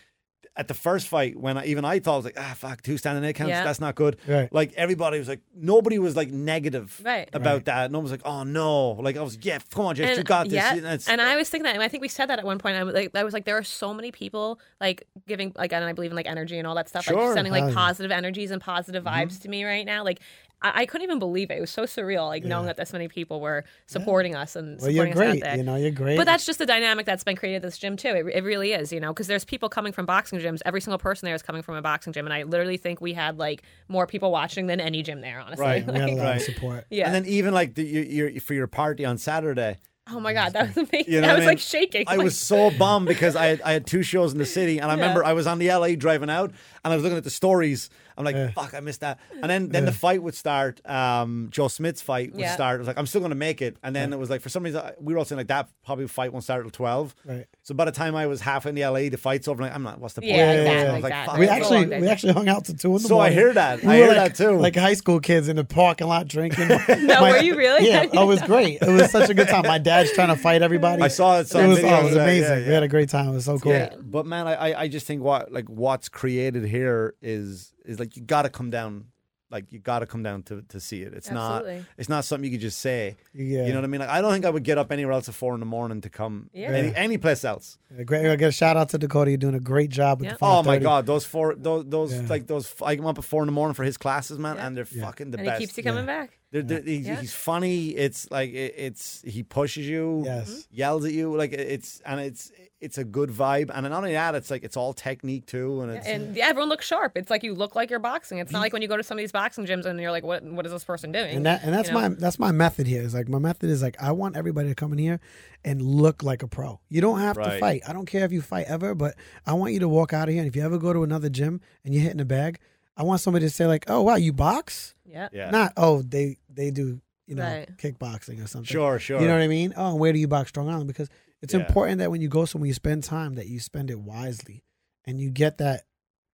A: at the first fight when I, even I thought I was like, ah fuck, two standing eight counts,
C: Yeah.
A: that's not good.
B: Right.
A: Like everybody was like nobody was like negative
C: Right.
A: about that. No one was like, oh no. Like I was yeah, come on, Jess,
C: and,
A: you got this.
C: yeah,
A: And it's-
C: and I was thinking that, and I think we said that at one point. I was like, I was like, there are so many people like giving, like, and I believe in like energy and all that stuff,
A: Sure. Mm-hmm.
C: like sending
B: Oh,
C: like
B: yeah.
C: positive energies and positive vibes to me right now. Like, I, I couldn't even believe it. It was so surreal, like knowing that this many people were supporting us and
B: Well, you're
C: supporting us
B: great.
C: out there.
B: You know, you're great.
C: But that's just the dynamic that's been created at this gym too. It, it really is, you know, because there's people coming from boxing gyms. Every single person there is coming from a boxing gym, and I literally think we had like more people watching than any gym there, honestly.
A: Right.
B: we had a lot
A: Right.
B: of support.
C: Yeah.
A: And then even like the, your, your for your party on Saturday,
C: oh my god, that was amazing.
A: You know
C: I
A: what
C: was
A: I mean?
C: like shaking.
A: I
C: Like,
A: was so bummed because I had, I had two shows in the city, and I remember I was on the LA driving out, and I was looking at the stories. I'm like, fuck, I missed that. And then then the fight would start. Um, Joe Smith's fight would
C: Yeah.
A: start. I was like, I'm still gonna make it. And then it was like, for some reason, I- we were all saying like that probably fight won't start till twelve.
B: Right.
A: So by the time I was half in the LA, the fight's over. Like, I'm not. What's the point? So I
C: Yeah,
A: was
C: exactly,
A: like,
C: exactly.
A: fuck,
B: We
A: it's
C: It's a
B: actually
C: long day.
B: we actually hung out to two in the
A: So I
B: morning.
A: hear that.
B: We
A: I
B: were
A: hear
B: like-
A: that too.
B: Like high school kids in the parking lot drinking. no,
C: were you really?
B: Yeah, oh, it was great. It was such a good time. My dad's trying to fight everybody.
A: I saw it.
B: It was,
A: video
B: oh, it was
A: of that. Yeah,
B: amazing.
A: yeah.
B: We had a great time. It was so cool.
A: Yeah, but man, I, I I just think what like what's created here is is like you got to come down, like you got to come down to to see it. It's not
C: Absolutely.
A: it's not something you could just say.
B: Yeah.
A: You know what I mean? Like I don't think I would get up anywhere else at four in the morning to come.
C: Yeah.
A: Any, any place else?
B: Yeah, Great. I get a shout out to Dakota. You're doing a great job with
C: Yeah.
B: the
A: Oh my
B: 530.
A: god, those four, those those
B: Yeah.
A: like those. I come up at four in the morning for his classes, man, and they're fucking the
C: and
A: best.
C: he keeps you coming back.
A: They're, they're- he's,
C: Yeah.
A: he's funny. It's like it, it's he pushes you,
C: Mm-hmm.
B: Yes.
A: yells at you. Like it's and it's it's a good vibe. And not only that, it's like it's all technique too. And it's
C: And yeah, everyone looks sharp. It's like you look like you're boxing. It's not like when you go to some of these boxing gyms and you're like, what What is this person doing?
B: And that and that's
C: You know?
B: my that's my method here. Is like my method is like I want everybody to come in here and look like a pro. You don't have to
A: Right.
B: fight. I don't care if you fight ever, but I want you to walk out of here. And if you ever go to another gym and you're hitting a bag, I want somebody to say like, "Oh wow, you box?"
C: Yeah.
A: yeah,
B: Not, "Oh, they they do you know
C: Right.
B: kickboxing or something."
A: sure, sure.
B: You know what I mean? Oh, where do you box Strong Island? Because it's
A: Yeah.
B: important that when you go somewhere, you spend time, that you spend it wisely, and you get that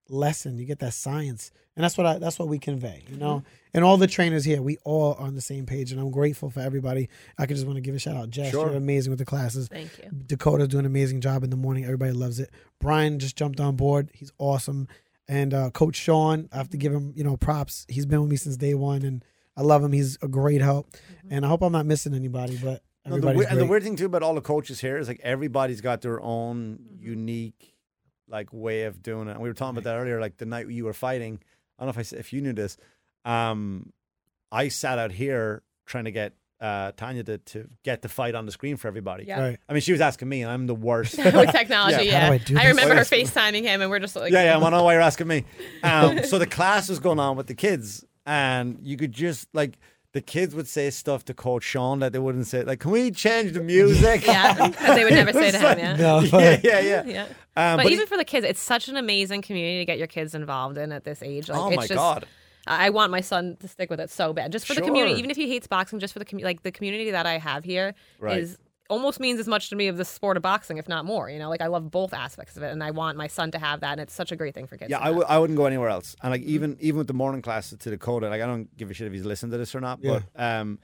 B: lesson, you get that science, and that's what I, that's what we convey, you know.
A: Mm-hmm.
B: And all the trainers here, we all are on the same page, and I'm grateful for everybody. I could just want to give a shout out, Jess,
A: Sure.
B: you're amazing with the classes.
C: Thank you.
B: Dakota's doing an amazing job in the morning. Everybody loves it. Brian just jumped on board. He's awesome. And uh, Coach Sean, I have to give him, you know, props. He's been with me since day one, and I love him. He's a great help.
C: Mm-hmm.
B: And I hope I'm not missing anybody, but
A: No, the
B: everybody's
A: weir- and the
B: great.
A: weird thing too about all the coaches here is like everybody's got their own unique like way of doing it. And we were talking about that earlier. Like the night you were fighting, I don't know if I s- if you knew this. Um, I sat out here trying to get uh, Tanya to, to get the fight on the screen for everybody.
C: Yeah.
B: Right.
A: I mean, she was asking me, and I'm the worst.
C: With technology,
B: Yeah. How
C: yeah.
B: do I do
C: I,
B: this?
C: remember
A: Oh,
C: her
A: yeah.
C: FaceTiming him, and we're just like,
A: yeah, yeah. I want to know why you're asking me. Um, so the class was going on with the kids, and you could just like the kids would say stuff to Coach Sean that they wouldn't say. Like, can we change the music?
C: yeah. 'Cause they would never say to
A: It's
C: him,
A: like-
C: yeah.
B: No,
A: yeah, yeah, yeah.
C: Yeah.
A: Um,
C: But, even for the kids, it's such an amazing community to get your kids involved in at this age. Like,
A: oh
C: it's
A: my
C: just,
A: god,
C: I I want my son to stick with it so bad, just for the community.
A: Sure.
C: Even if he hates boxing, just for the commu- like the community that I have here is
A: Right.
C: almost means as much to me of the sport of boxing, if not more. You know, like I love both aspects of it, and I want my son to have that, and it's such a great thing for kids.
A: yeah,
C: to
A: I
C: have.
A: w- I wouldn't go anywhere else. And like
C: Mm.
A: even even with the morning classes to Dakota, like I don't give a shit if he's listened to this or not. But um,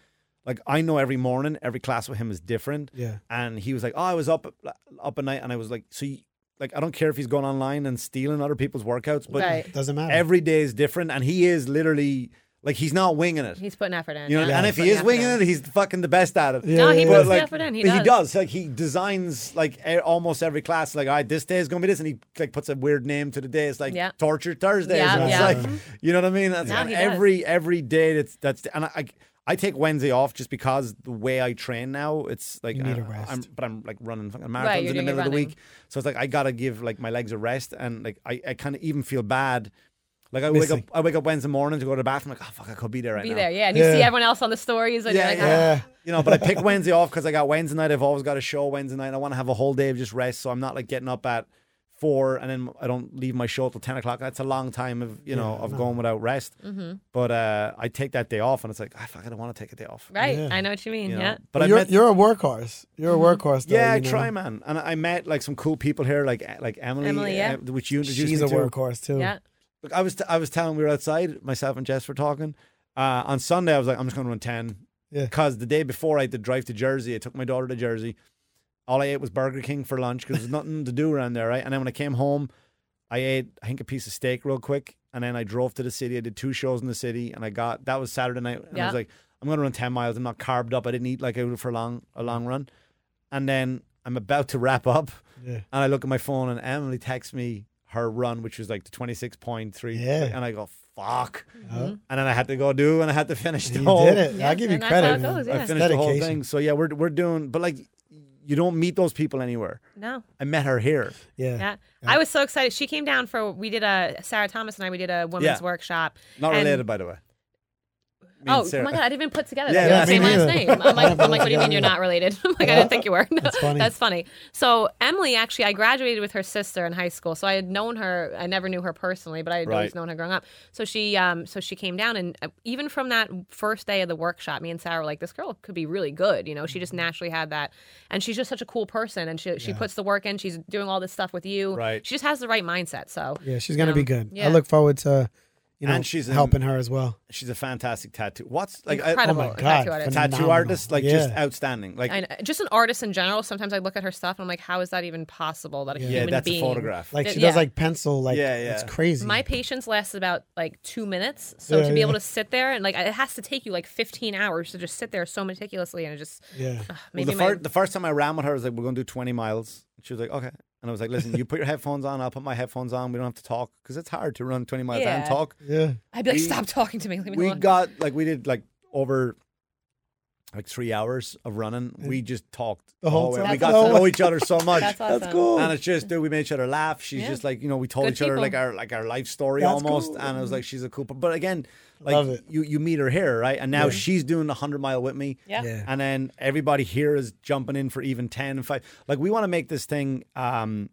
A: like I know every morning, every class with him is different.
B: Yeah.
A: And he was like, "Oh, I was up up at night," and I was like, "So, you, like, I don't care if he's going online and stealing other people's workouts, but
C: Right.
B: Doesn't matter.
A: every day is different." And he is literally like he's not winging it.
C: He's putting effort in.
A: You know,
C: yeah,
A: and
C: he's
A: if he
C: putting
A: is
C: effort
A: winging
C: in.
A: it, he's fucking the best at it.
C: No, he
B: Yeah.
A: But,
C: puts
A: like,
C: the effort in. He
A: but
C: does.
A: Like he designs like e- almost every class. Like, all right, this day is gonna be this, and he like puts a weird name to the day. It's like
C: Yeah.
A: torture Thursdays.
C: Yeah,
A: and it's
C: yeah. Mm-hmm.
A: like, you know what I mean? That's,
C: No,
A: and
C: he does.
A: every every day that's that's and I, I I take Wednesday off just because the way I train now, it's like
B: You need a
A: I-
B: rest.
A: I'm, but I'm like running fucking marathons
C: Right, you're
A: in the
C: doing
A: middle
C: your
A: of the
C: running.
A: week, so it's like I gotta give like my legs a rest, and like I, I kind of even feel bad. Like I wake
B: Missing.
A: up, I wake up Wednesday morning to go to the bathroom. Like, oh fuck, I could be there right
C: be
A: now.
C: there, yeah. And you see
B: Yeah.
C: everyone else on the stories, and
A: Yeah,
C: you're like,
A: yeah.
C: "Ah."
A: You know, but I pick Wednesday off because I got Wednesday night. I've always got a show Wednesday night. I want to have a whole day of just rest, so I'm not like getting up at four and then I don't leave my show till ten o'clock. That's a long time of you know
B: Yeah,
A: of
B: no.
A: going without rest.
C: Mm-hmm.
A: But uh, I take that day off, and it's like I fuck, I don't want to take a day off.
C: right.
B: Yeah.
C: I know what you mean.
A: You know?
C: yeah.
A: But,
B: But
A: I
B: you're,
A: met,
B: you're a workhorse. You're a
C: Mm-hmm.
B: workhorse. Though,
A: yeah, I
B: you know?
A: try, man. And I I met like some cool people here, like like Emily,
C: Emily, yeah.
A: uh, which you introduced
B: She's
A: me
B: a
A: to.
B: workhorse too.
C: Yeah.
A: Look, I was t- I was telling we were outside. Myself and Jess were talking. Uh, on Sunday, I was like, I'm just going to run ten.
B: Yeah.
A: Because the day before, I had to drive to Jersey. I took my daughter to Jersey. All I ate was Burger King for lunch because there's nothing to do around there, right? And then when I came home, I ate I think a piece of steak real quick, and then I drove to the city. I did two shows in the city, and I got that was Saturday night. And I
C: Yeah.
A: was like, I'm going to run ten miles. I'm not carved up. I didn't eat like I would for a long a long run, and then I'm about to wrap up.
B: Yeah.
A: And I look at my phone and Emily texts me her run, which was like the 26.3.
B: Yeah.
A: And I go, fuck.
C: Mm-hmm.
B: Huh?
A: And then I had to go do and I had to finish the
B: You
A: whole
B: did it.
C: Yeah,
B: I give you
C: and that's how
B: credit.
C: it
B: man.
C: goes,
A: I
C: yeah.
A: finished the whole
B: Dedication.
A: thing. So yeah, we're we're doing but like you don't meet those people anywhere.
C: No.
A: I met her here.
B: Yeah.
C: Yeah. I was so excited. She came down for we did a Sarah Thomas and I we did a women's
A: Yeah.
C: workshop.
A: Not
C: And-
A: related by the way. Me and
C: Oh
A: Sarah-
C: my god, I didn't even put together
A: Yeah,
C: that.
A: yeah,
C: Yeah, same
A: me
C: last
B: neither.
C: name. I'm
B: I
C: like,
B: put
C: I'm
B: it
C: like, what do you mean
B: together
C: you're
B: either.
C: not related? I'm like, I didn't think you were. That's
B: funny.
C: That's funny. So Emily, actually, I graduated with her sister in high school. So I had known her. I never knew her personally, but I had always
A: Right.
C: known her growing up. So she, um, so she came down, and uh, even from that first day of the workshop, me and Sarah were like, this girl could be really good. You know, she
B: Mm-hmm.
C: just naturally had that, and she's just such a cool person, and she she puts the work in. She's doing all this stuff with you.
A: Right.
C: She just has the right mindset. So
B: Yeah, she's gonna be good.
C: yeah.
B: I look forward to you know
A: And she's in-
B: helping her as well.
A: She's a fantastic tattoo. What's like I-
C: incredible.
B: oh my
C: tattoo
B: God,
C: artist.
B: phenomenal.
A: tattoo artist? Like just
B: Yeah.
A: outstanding. Like
C: I know. Just an artist in general. Sometimes I look at her stuff and I'm like, how is that even possible? That a
A: yeah,
C: human
A: that's
C: being.
A: a photograph.
B: Like
C: Th-
B: she
C: yeah.
B: does like pencil, like
A: Yeah,
B: it's
A: yeah.
B: crazy.
C: My patience lasts about like two minutes, so
B: Yeah,
C: to be
B: yeah.
C: able to sit there and like it has to take you like 15 hours to just sit there so meticulously and it just
B: yeah.
A: Well,
C: maybe
A: the,
C: my,
A: fir- the first time I ran with her, I was like, we're going to do 20 miles. And she was like, okay. And I was like, listen, you put your headphones on. I'll put my headphones on. We don't have to talk because it's hard to run 20 miles and
C: Yeah.
A: talk.
B: Yeah.
C: I'd be like,
A: we-
C: stop talking to me. Leave me
A: We
C: alone.
A: got, like, we did like over like three hours of running, we just talked
B: The whole
A: way.
B: time.
A: We
C: That's
A: got to
B: awesome.
A: know each other so much.
C: That's awesome.
B: That's cool.
A: And it's just, dude, we made each other laugh. She's
C: Yeah.
A: just like, you know, we told
C: Good
A: each other
C: people. Mm-hmm.
A: like our like our life story
B: That's
A: almost.
B: cool.
A: And I was like, she's a cool. per- But again,
B: Love
A: like
B: it.
A: you you meet her here, right? And now
B: Yeah.
A: she's doing the hundred mile with me.
C: Yeah.
B: Yeah.
A: And then everybody here is jumping in for even ten and five. Like we want to make this thing, um,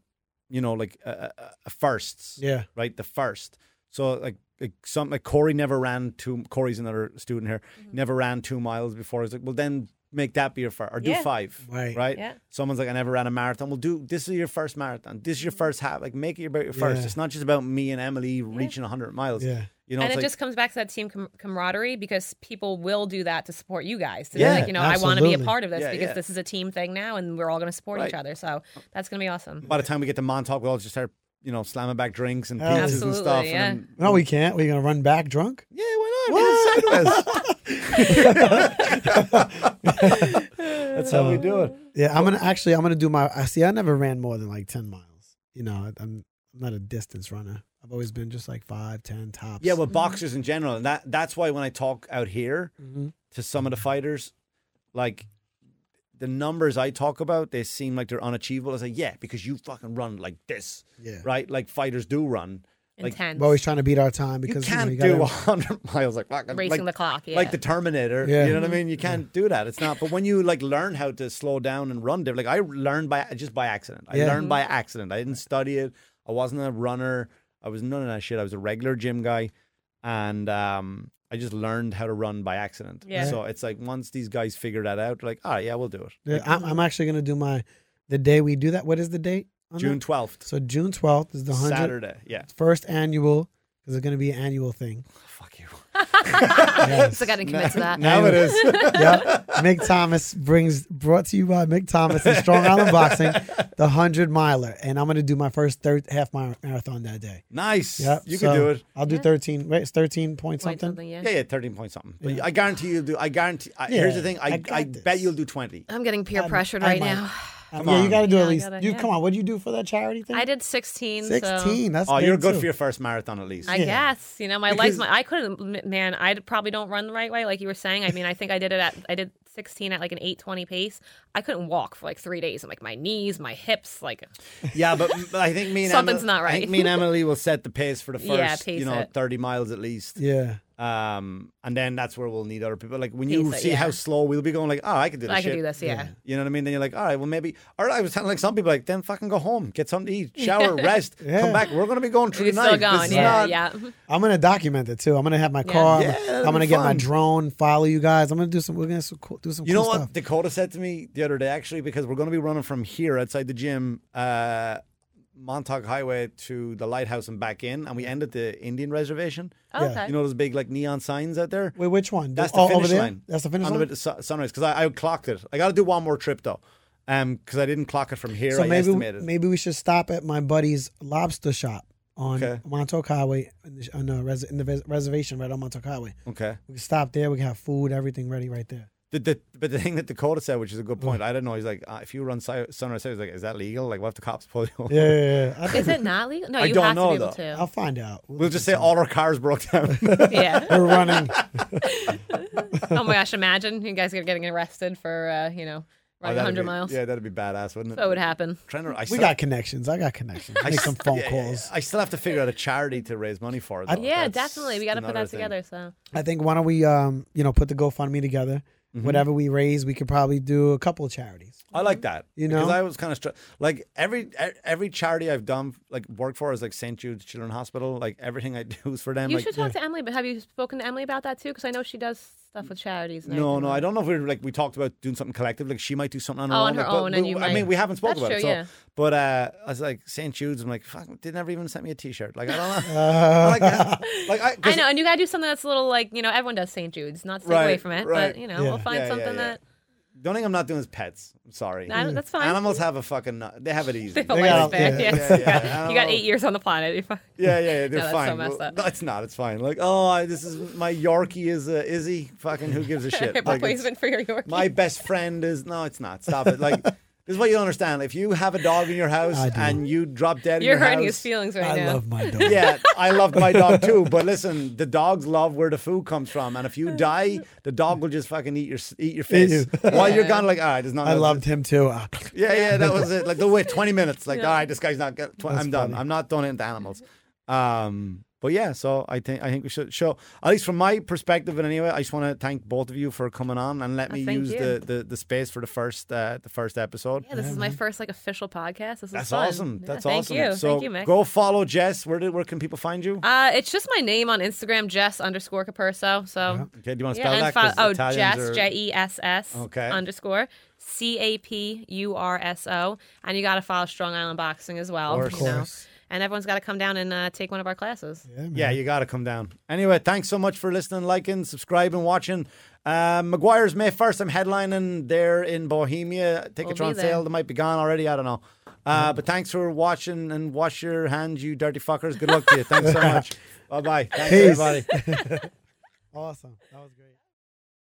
A: you know, like uh, uh, uh, firsts
B: Yeah.
A: right? The first. So like like some like Corey never ran two. Corey's another student here.
C: Mm-hmm.
A: Never ran two miles before. He's like, well, then make that be your first, or do
C: Yeah.
A: five,
B: Right.
A: Right?
C: Yeah.
A: Someone's like, I never ran a marathon. Well, do this is your first marathon. This is
C: Mm-hmm.
A: your first half. Like, make it about your first.
B: Yeah.
A: It's not just about me and Emily reaching hundred miles.
B: Yeah.
A: You know,
C: and
A: it's
C: it
A: like,
C: just comes back to that team com- camaraderie because people will do that to support you guys. To be
A: Yeah,
C: like, you know, I want to be
B: absolutely.
C: a part of this
A: Yeah,
C: because
A: yeah.
C: this is a team thing now and we're all going to support each
A: Right.
C: other. So that's going to be awesome.
A: by the time we get to Montauk, we'll all just start, you know, slamming back drinks and
B: Oh.
A: pizzas and
C: Absolutely,
A: stuff.
C: yeah.
A: And then,
B: No, we can't. We're gonna run back drunk.
A: yeah, why not? Get sideways. That's how we do it.
B: Yeah, I'm gonna actually. I'm gonna do my. I see. I never ran more than like ten miles. You know, I- I'm I'm not a distance runner. I've always been just like five, ten tops.
A: Yeah, but boxers in general, and that that's why when I talk out here
B: Mm-hmm.
A: to some of the fighters, like the numbers I talk about, they seem like they're unachievable. I say, yeah, because you fucking run like this,
B: yeah.
A: right? Like fighters do run. Like
C: Intense.
B: We're always trying to beat our time
A: you
B: because you know,
A: can't
B: you
A: do
B: gotta-
A: a hundred miles like fucking
C: Racing
A: like,
C: the clock. Yeah.
A: like the Terminator.
B: Yeah.
A: You know what I mean? You can't do that. It's not. But when you like learn how to slow down and run, different, like I learned by just by accident. I
B: Yeah.
A: learned by accident. I didn't study it. I wasn't a runner. I was none of that shit. I was a regular gym guy, and um, I just learned how to run by accident.
C: Yeah.
A: So it's like once these guys figure that out, they're like, oh yeah, we'll do it.
B: Yeah, I'm, I'm actually gonna do my. The day we do that. What is the date? on
A: June
B: that?
A: twelfth,
B: So June twelfth is the hundred
A: Saturday. Yeah.
B: first annual because it's gonna be an annual thing.
A: Fuck you.
C: so got to commit to that.
A: Now it is.
B: yep. Mick Thomas brings brought to you by Mick Thomas and Strong Island Boxing, the hundred miler, and I'm gonna do my first third half mi- marathon that day.
A: nice.
B: Yep.
A: You
B: so
A: can do it.
B: I'll do
C: Yeah.
B: thirteen. Wait, it's thirteen point
C: Point
B: something.
C: something, yeah.
A: Yeah, yeah, thirteen point something. But
B: Yeah.
A: I guarantee you'll do. I guarantee. I, Here's the
B: Yeah,
A: thing.
B: I
A: I,
B: got
A: I bet
B: this.
A: you'll do twenty.
C: I'm getting peer
B: I-
C: pressured
B: I
C: right
B: might.
C: now.
B: Um,
A: Come
B: yeah, you
A: on.
B: got to do
C: Yeah,
B: at
C: I
B: least.
C: gotta-
B: you
C: yeah.
B: come on. What do you do for that charity thing?
C: I did 16. So
B: sixteen. that's
A: Oh, you're
B: big,
A: good
B: too.
A: for your first marathon at least.
C: I
B: Yeah.
C: guess you know my legs.
A: Because-
C: My, I couldn't, m- man. I probably don't run the right way, like you were saying. I mean, I think I did it at I did 16 at like an 8:20 pace. I couldn't walk for like three days. I'm like my knees, my hips, like
A: Yeah, but but I think me and
C: Something's
A: Emily,
C: not
A: I
C: right.
A: think me and Emily will set the pace for the first,
C: Yeah, pace
A: you know,
C: it.
A: thirty miles at least.
B: Yeah.
A: Um, and then that's where we'll need other people. Like when you
C: Pace it,
A: see how
C: yeah.
A: slow we'll be going, like, oh, I can do this.
C: I can
A: shit.
C: do this. Yeah,
A: You know what I mean? Then you're like, all right, well maybe. Or I was telling like some people, like, then fucking go home, get something to eat, shower, rest,
B: Yeah.
A: come back. We're gonna be going
C: we
A: through
C: you're
A: the
C: still
A: night.
C: going.
A: This is
C: Yeah,
A: not-
C: yeah.
B: I'm gonna document it too. I'm gonna have my
C: Yeah.
B: car.
A: Yeah,
B: I'm,
A: that'd
B: I'm gonna
A: be
B: get my
A: fun.
B: drone. Follow you guys. I'm gonna do some. We're gonna do some cool, do some.
A: You know
B: cool
A: what
B: stuff.
A: Dakota said to me the other day, actually, because we're going to be running from here outside the gym, uh, Montauk Highway to the lighthouse and back in, and we end at the Indian reservation.
C: Oh,
B: Yeah.
C: okay.
A: You know those big like neon signs out there?
B: Wait, which one?
A: That's the
B: Oh,
A: finish
B: over there?
A: line.
B: That's the finish
A: On the
B: line.
A: bit of su- sunrise because I, I clocked it. I got to do one more trip though, um, because I didn't clock it from here.
B: So
A: I
B: maybe
A: estimated.
B: maybe we should stop at my buddy's lobster shop on
A: Okay.
B: Montauk Highway in the, on the, res, in the res, reservation right on Montauk Highway.
A: okay.
B: We can stop there. We can have food, everything ready right there.
A: The, the, but the thing that Dakota said, which is a good point, I don't know. He's like, uh, if you run si- sunrise, he's like, is that legal? Like, what if the cops pull you? over?
B: Yeah, yeah, yeah. I
C: Is
B: think
C: it not legal? No,
A: I
C: you
A: don't
C: have
A: know,
C: to be
A: though.
B: I'll
C: able
B: find out.
A: We'll just say all our cars broke down.
C: to. yeah.
B: we're running.
C: Oh my gosh! Imagine you guys are getting arrested for uh, you know
A: Oh, that'd
C: running 100
A: be-
C: miles.
A: Yeah, that'd be badass, wouldn't it?
C: That would happen.
A: Trying to, I
B: We
A: still-
B: got connections. I got connections. Make some phone
A: yeah, yeah,
B: calls.
A: yeah. I still have to figure out a charity to raise money for it. Though.
C: Yeah,
A: Oh, That's
C: definitely. We got to put
A: another
C: that
A: thing.
C: together. So
B: I think why don't we, um, you know, put the GoFundMe together.
A: Mm-hmm.
B: Whatever we raise, we could probably do a couple of charities.
A: I like that.
B: You
A: because
B: know?
A: I was kind of str- like every e- every charity I've done like work for is like St Jude's Children's Hospital. Like everything I do is for them.
C: you
A: like,
C: should talk to Emily. But have you spoken to Emily about that too? Because I know she does stuff with charities. And
A: No,
C: everything
A: no,
C: like
A: I don't know if we are like we talked about doing something collective. Like she might do something on her
C: Oh,
A: own.
C: on her
A: like, but
C: own, and
A: we-
C: you
A: I mean,
C: might-
A: we haven't spoke
C: That's
A: about it.
C: true,
A: So,
C: yeah.
A: but uh, I was like St Jude's. I'm like, fuck, they never even sent me a T-shirt. Like I don't know.
B: Uh,
A: like, I, like I, 'cause
C: I know, and you gotta do something that's a little like you know everyone does St. Jude's, not stay away
A: Right,
C: from it,
A: right.
C: but you know
B: Yeah.
C: we'll find
A: Yeah, yeah, yeah.
C: something that
A: The only thing I'm not doing is pets. I'm sorry.
C: I don't- that's fine.
A: Animals have a fucking. They have it easy.
C: they
B: They
C: don't
B: got-
C: like back.
B: yeah.
A: Yeah, yeah,
C: Yeah. You
A: I
C: got-
A: don't
C: you got
A: know.
C: eight years on the planet. You're fine.
A: Yeah, yeah, they're
C: No, that's so
A: fine.
C: messed up.
A: No, it's not. It's fine. Like, oh, I, this is my Yorkie is uh, Izzy. Fucking who gives a shit? Like, it's-
C: Replacement for your Yorkie.
A: my best friend is no, it's not. Stop it. Like, This is what you don't understand. If you have a dog in your house
B: I do.
A: and you drop dead
C: You're
A: in your
C: hurting
A: house,
C: his feelings right
B: I
C: now.
B: love my dog.
A: yeah, I loved my dog too. But listen, the dogs love where the food comes from, and if you die, the dog will just fucking eat your eat your
B: Eat
A: face
B: you.
A: while you're gone. Like, all right, there's not.
B: I loved him too. Ah,
A: Yeah, yeah, that was it. Like, the wait twenty minutes. Like,
C: Yeah.
A: all right, this guy's not. Get, tw- I'm done.
B: funny.
A: I'm not done into animals. Um, but yeah, so I think I think we should show at least from my perspective. And anyway, I just want to thank both of you for coming on and let
C: Uh,
A: me
C: thank
A: use
C: you.
A: the, the the space for the first uh, the first episode.
C: Yeah, this is my first like official podcast. This is
A: That's
C: fun.
A: awesome.
C: Yeah,
A: That's
C: thank
A: awesome.
C: You.
A: So
C: thank you, Mick.
A: go follow Jess. Where did, where can people find you?
C: Uh, it's just my name on Instagram, Jess underscore Caperso. So
A: Okay, do you want to
C: yeah,
A: spell
C: and
A: that?
C: fo-
A: 'Cause
C: oh
A: Italians
C: Jess
A: are-
C: J E S S
A: Okay.
C: underscore C A P U R S O, and you got to follow Strong Island Boxing as well.
A: Of
C: you know.
B: course.
C: And everyone's got to come down and uh, take one of our classes.
B: yeah, man.
A: Yeah, you got to come down. Anyway, thanks so much for listening, liking, subscribing, watching. Um, McGuire's May 1st. I'm headlining there in Bohemia. Tickets
C: We'll
A: are on
C: be there.
A: sale. They might be gone already. I don't know.
B: Mm-hmm.
A: Uh, but thanks for watching and wash your hands, you dirty fuckers. Good luck to you. Thanks so much. Bye bye. Thanks,
B: Peace.
A: everybody.
B: Awesome. That was great.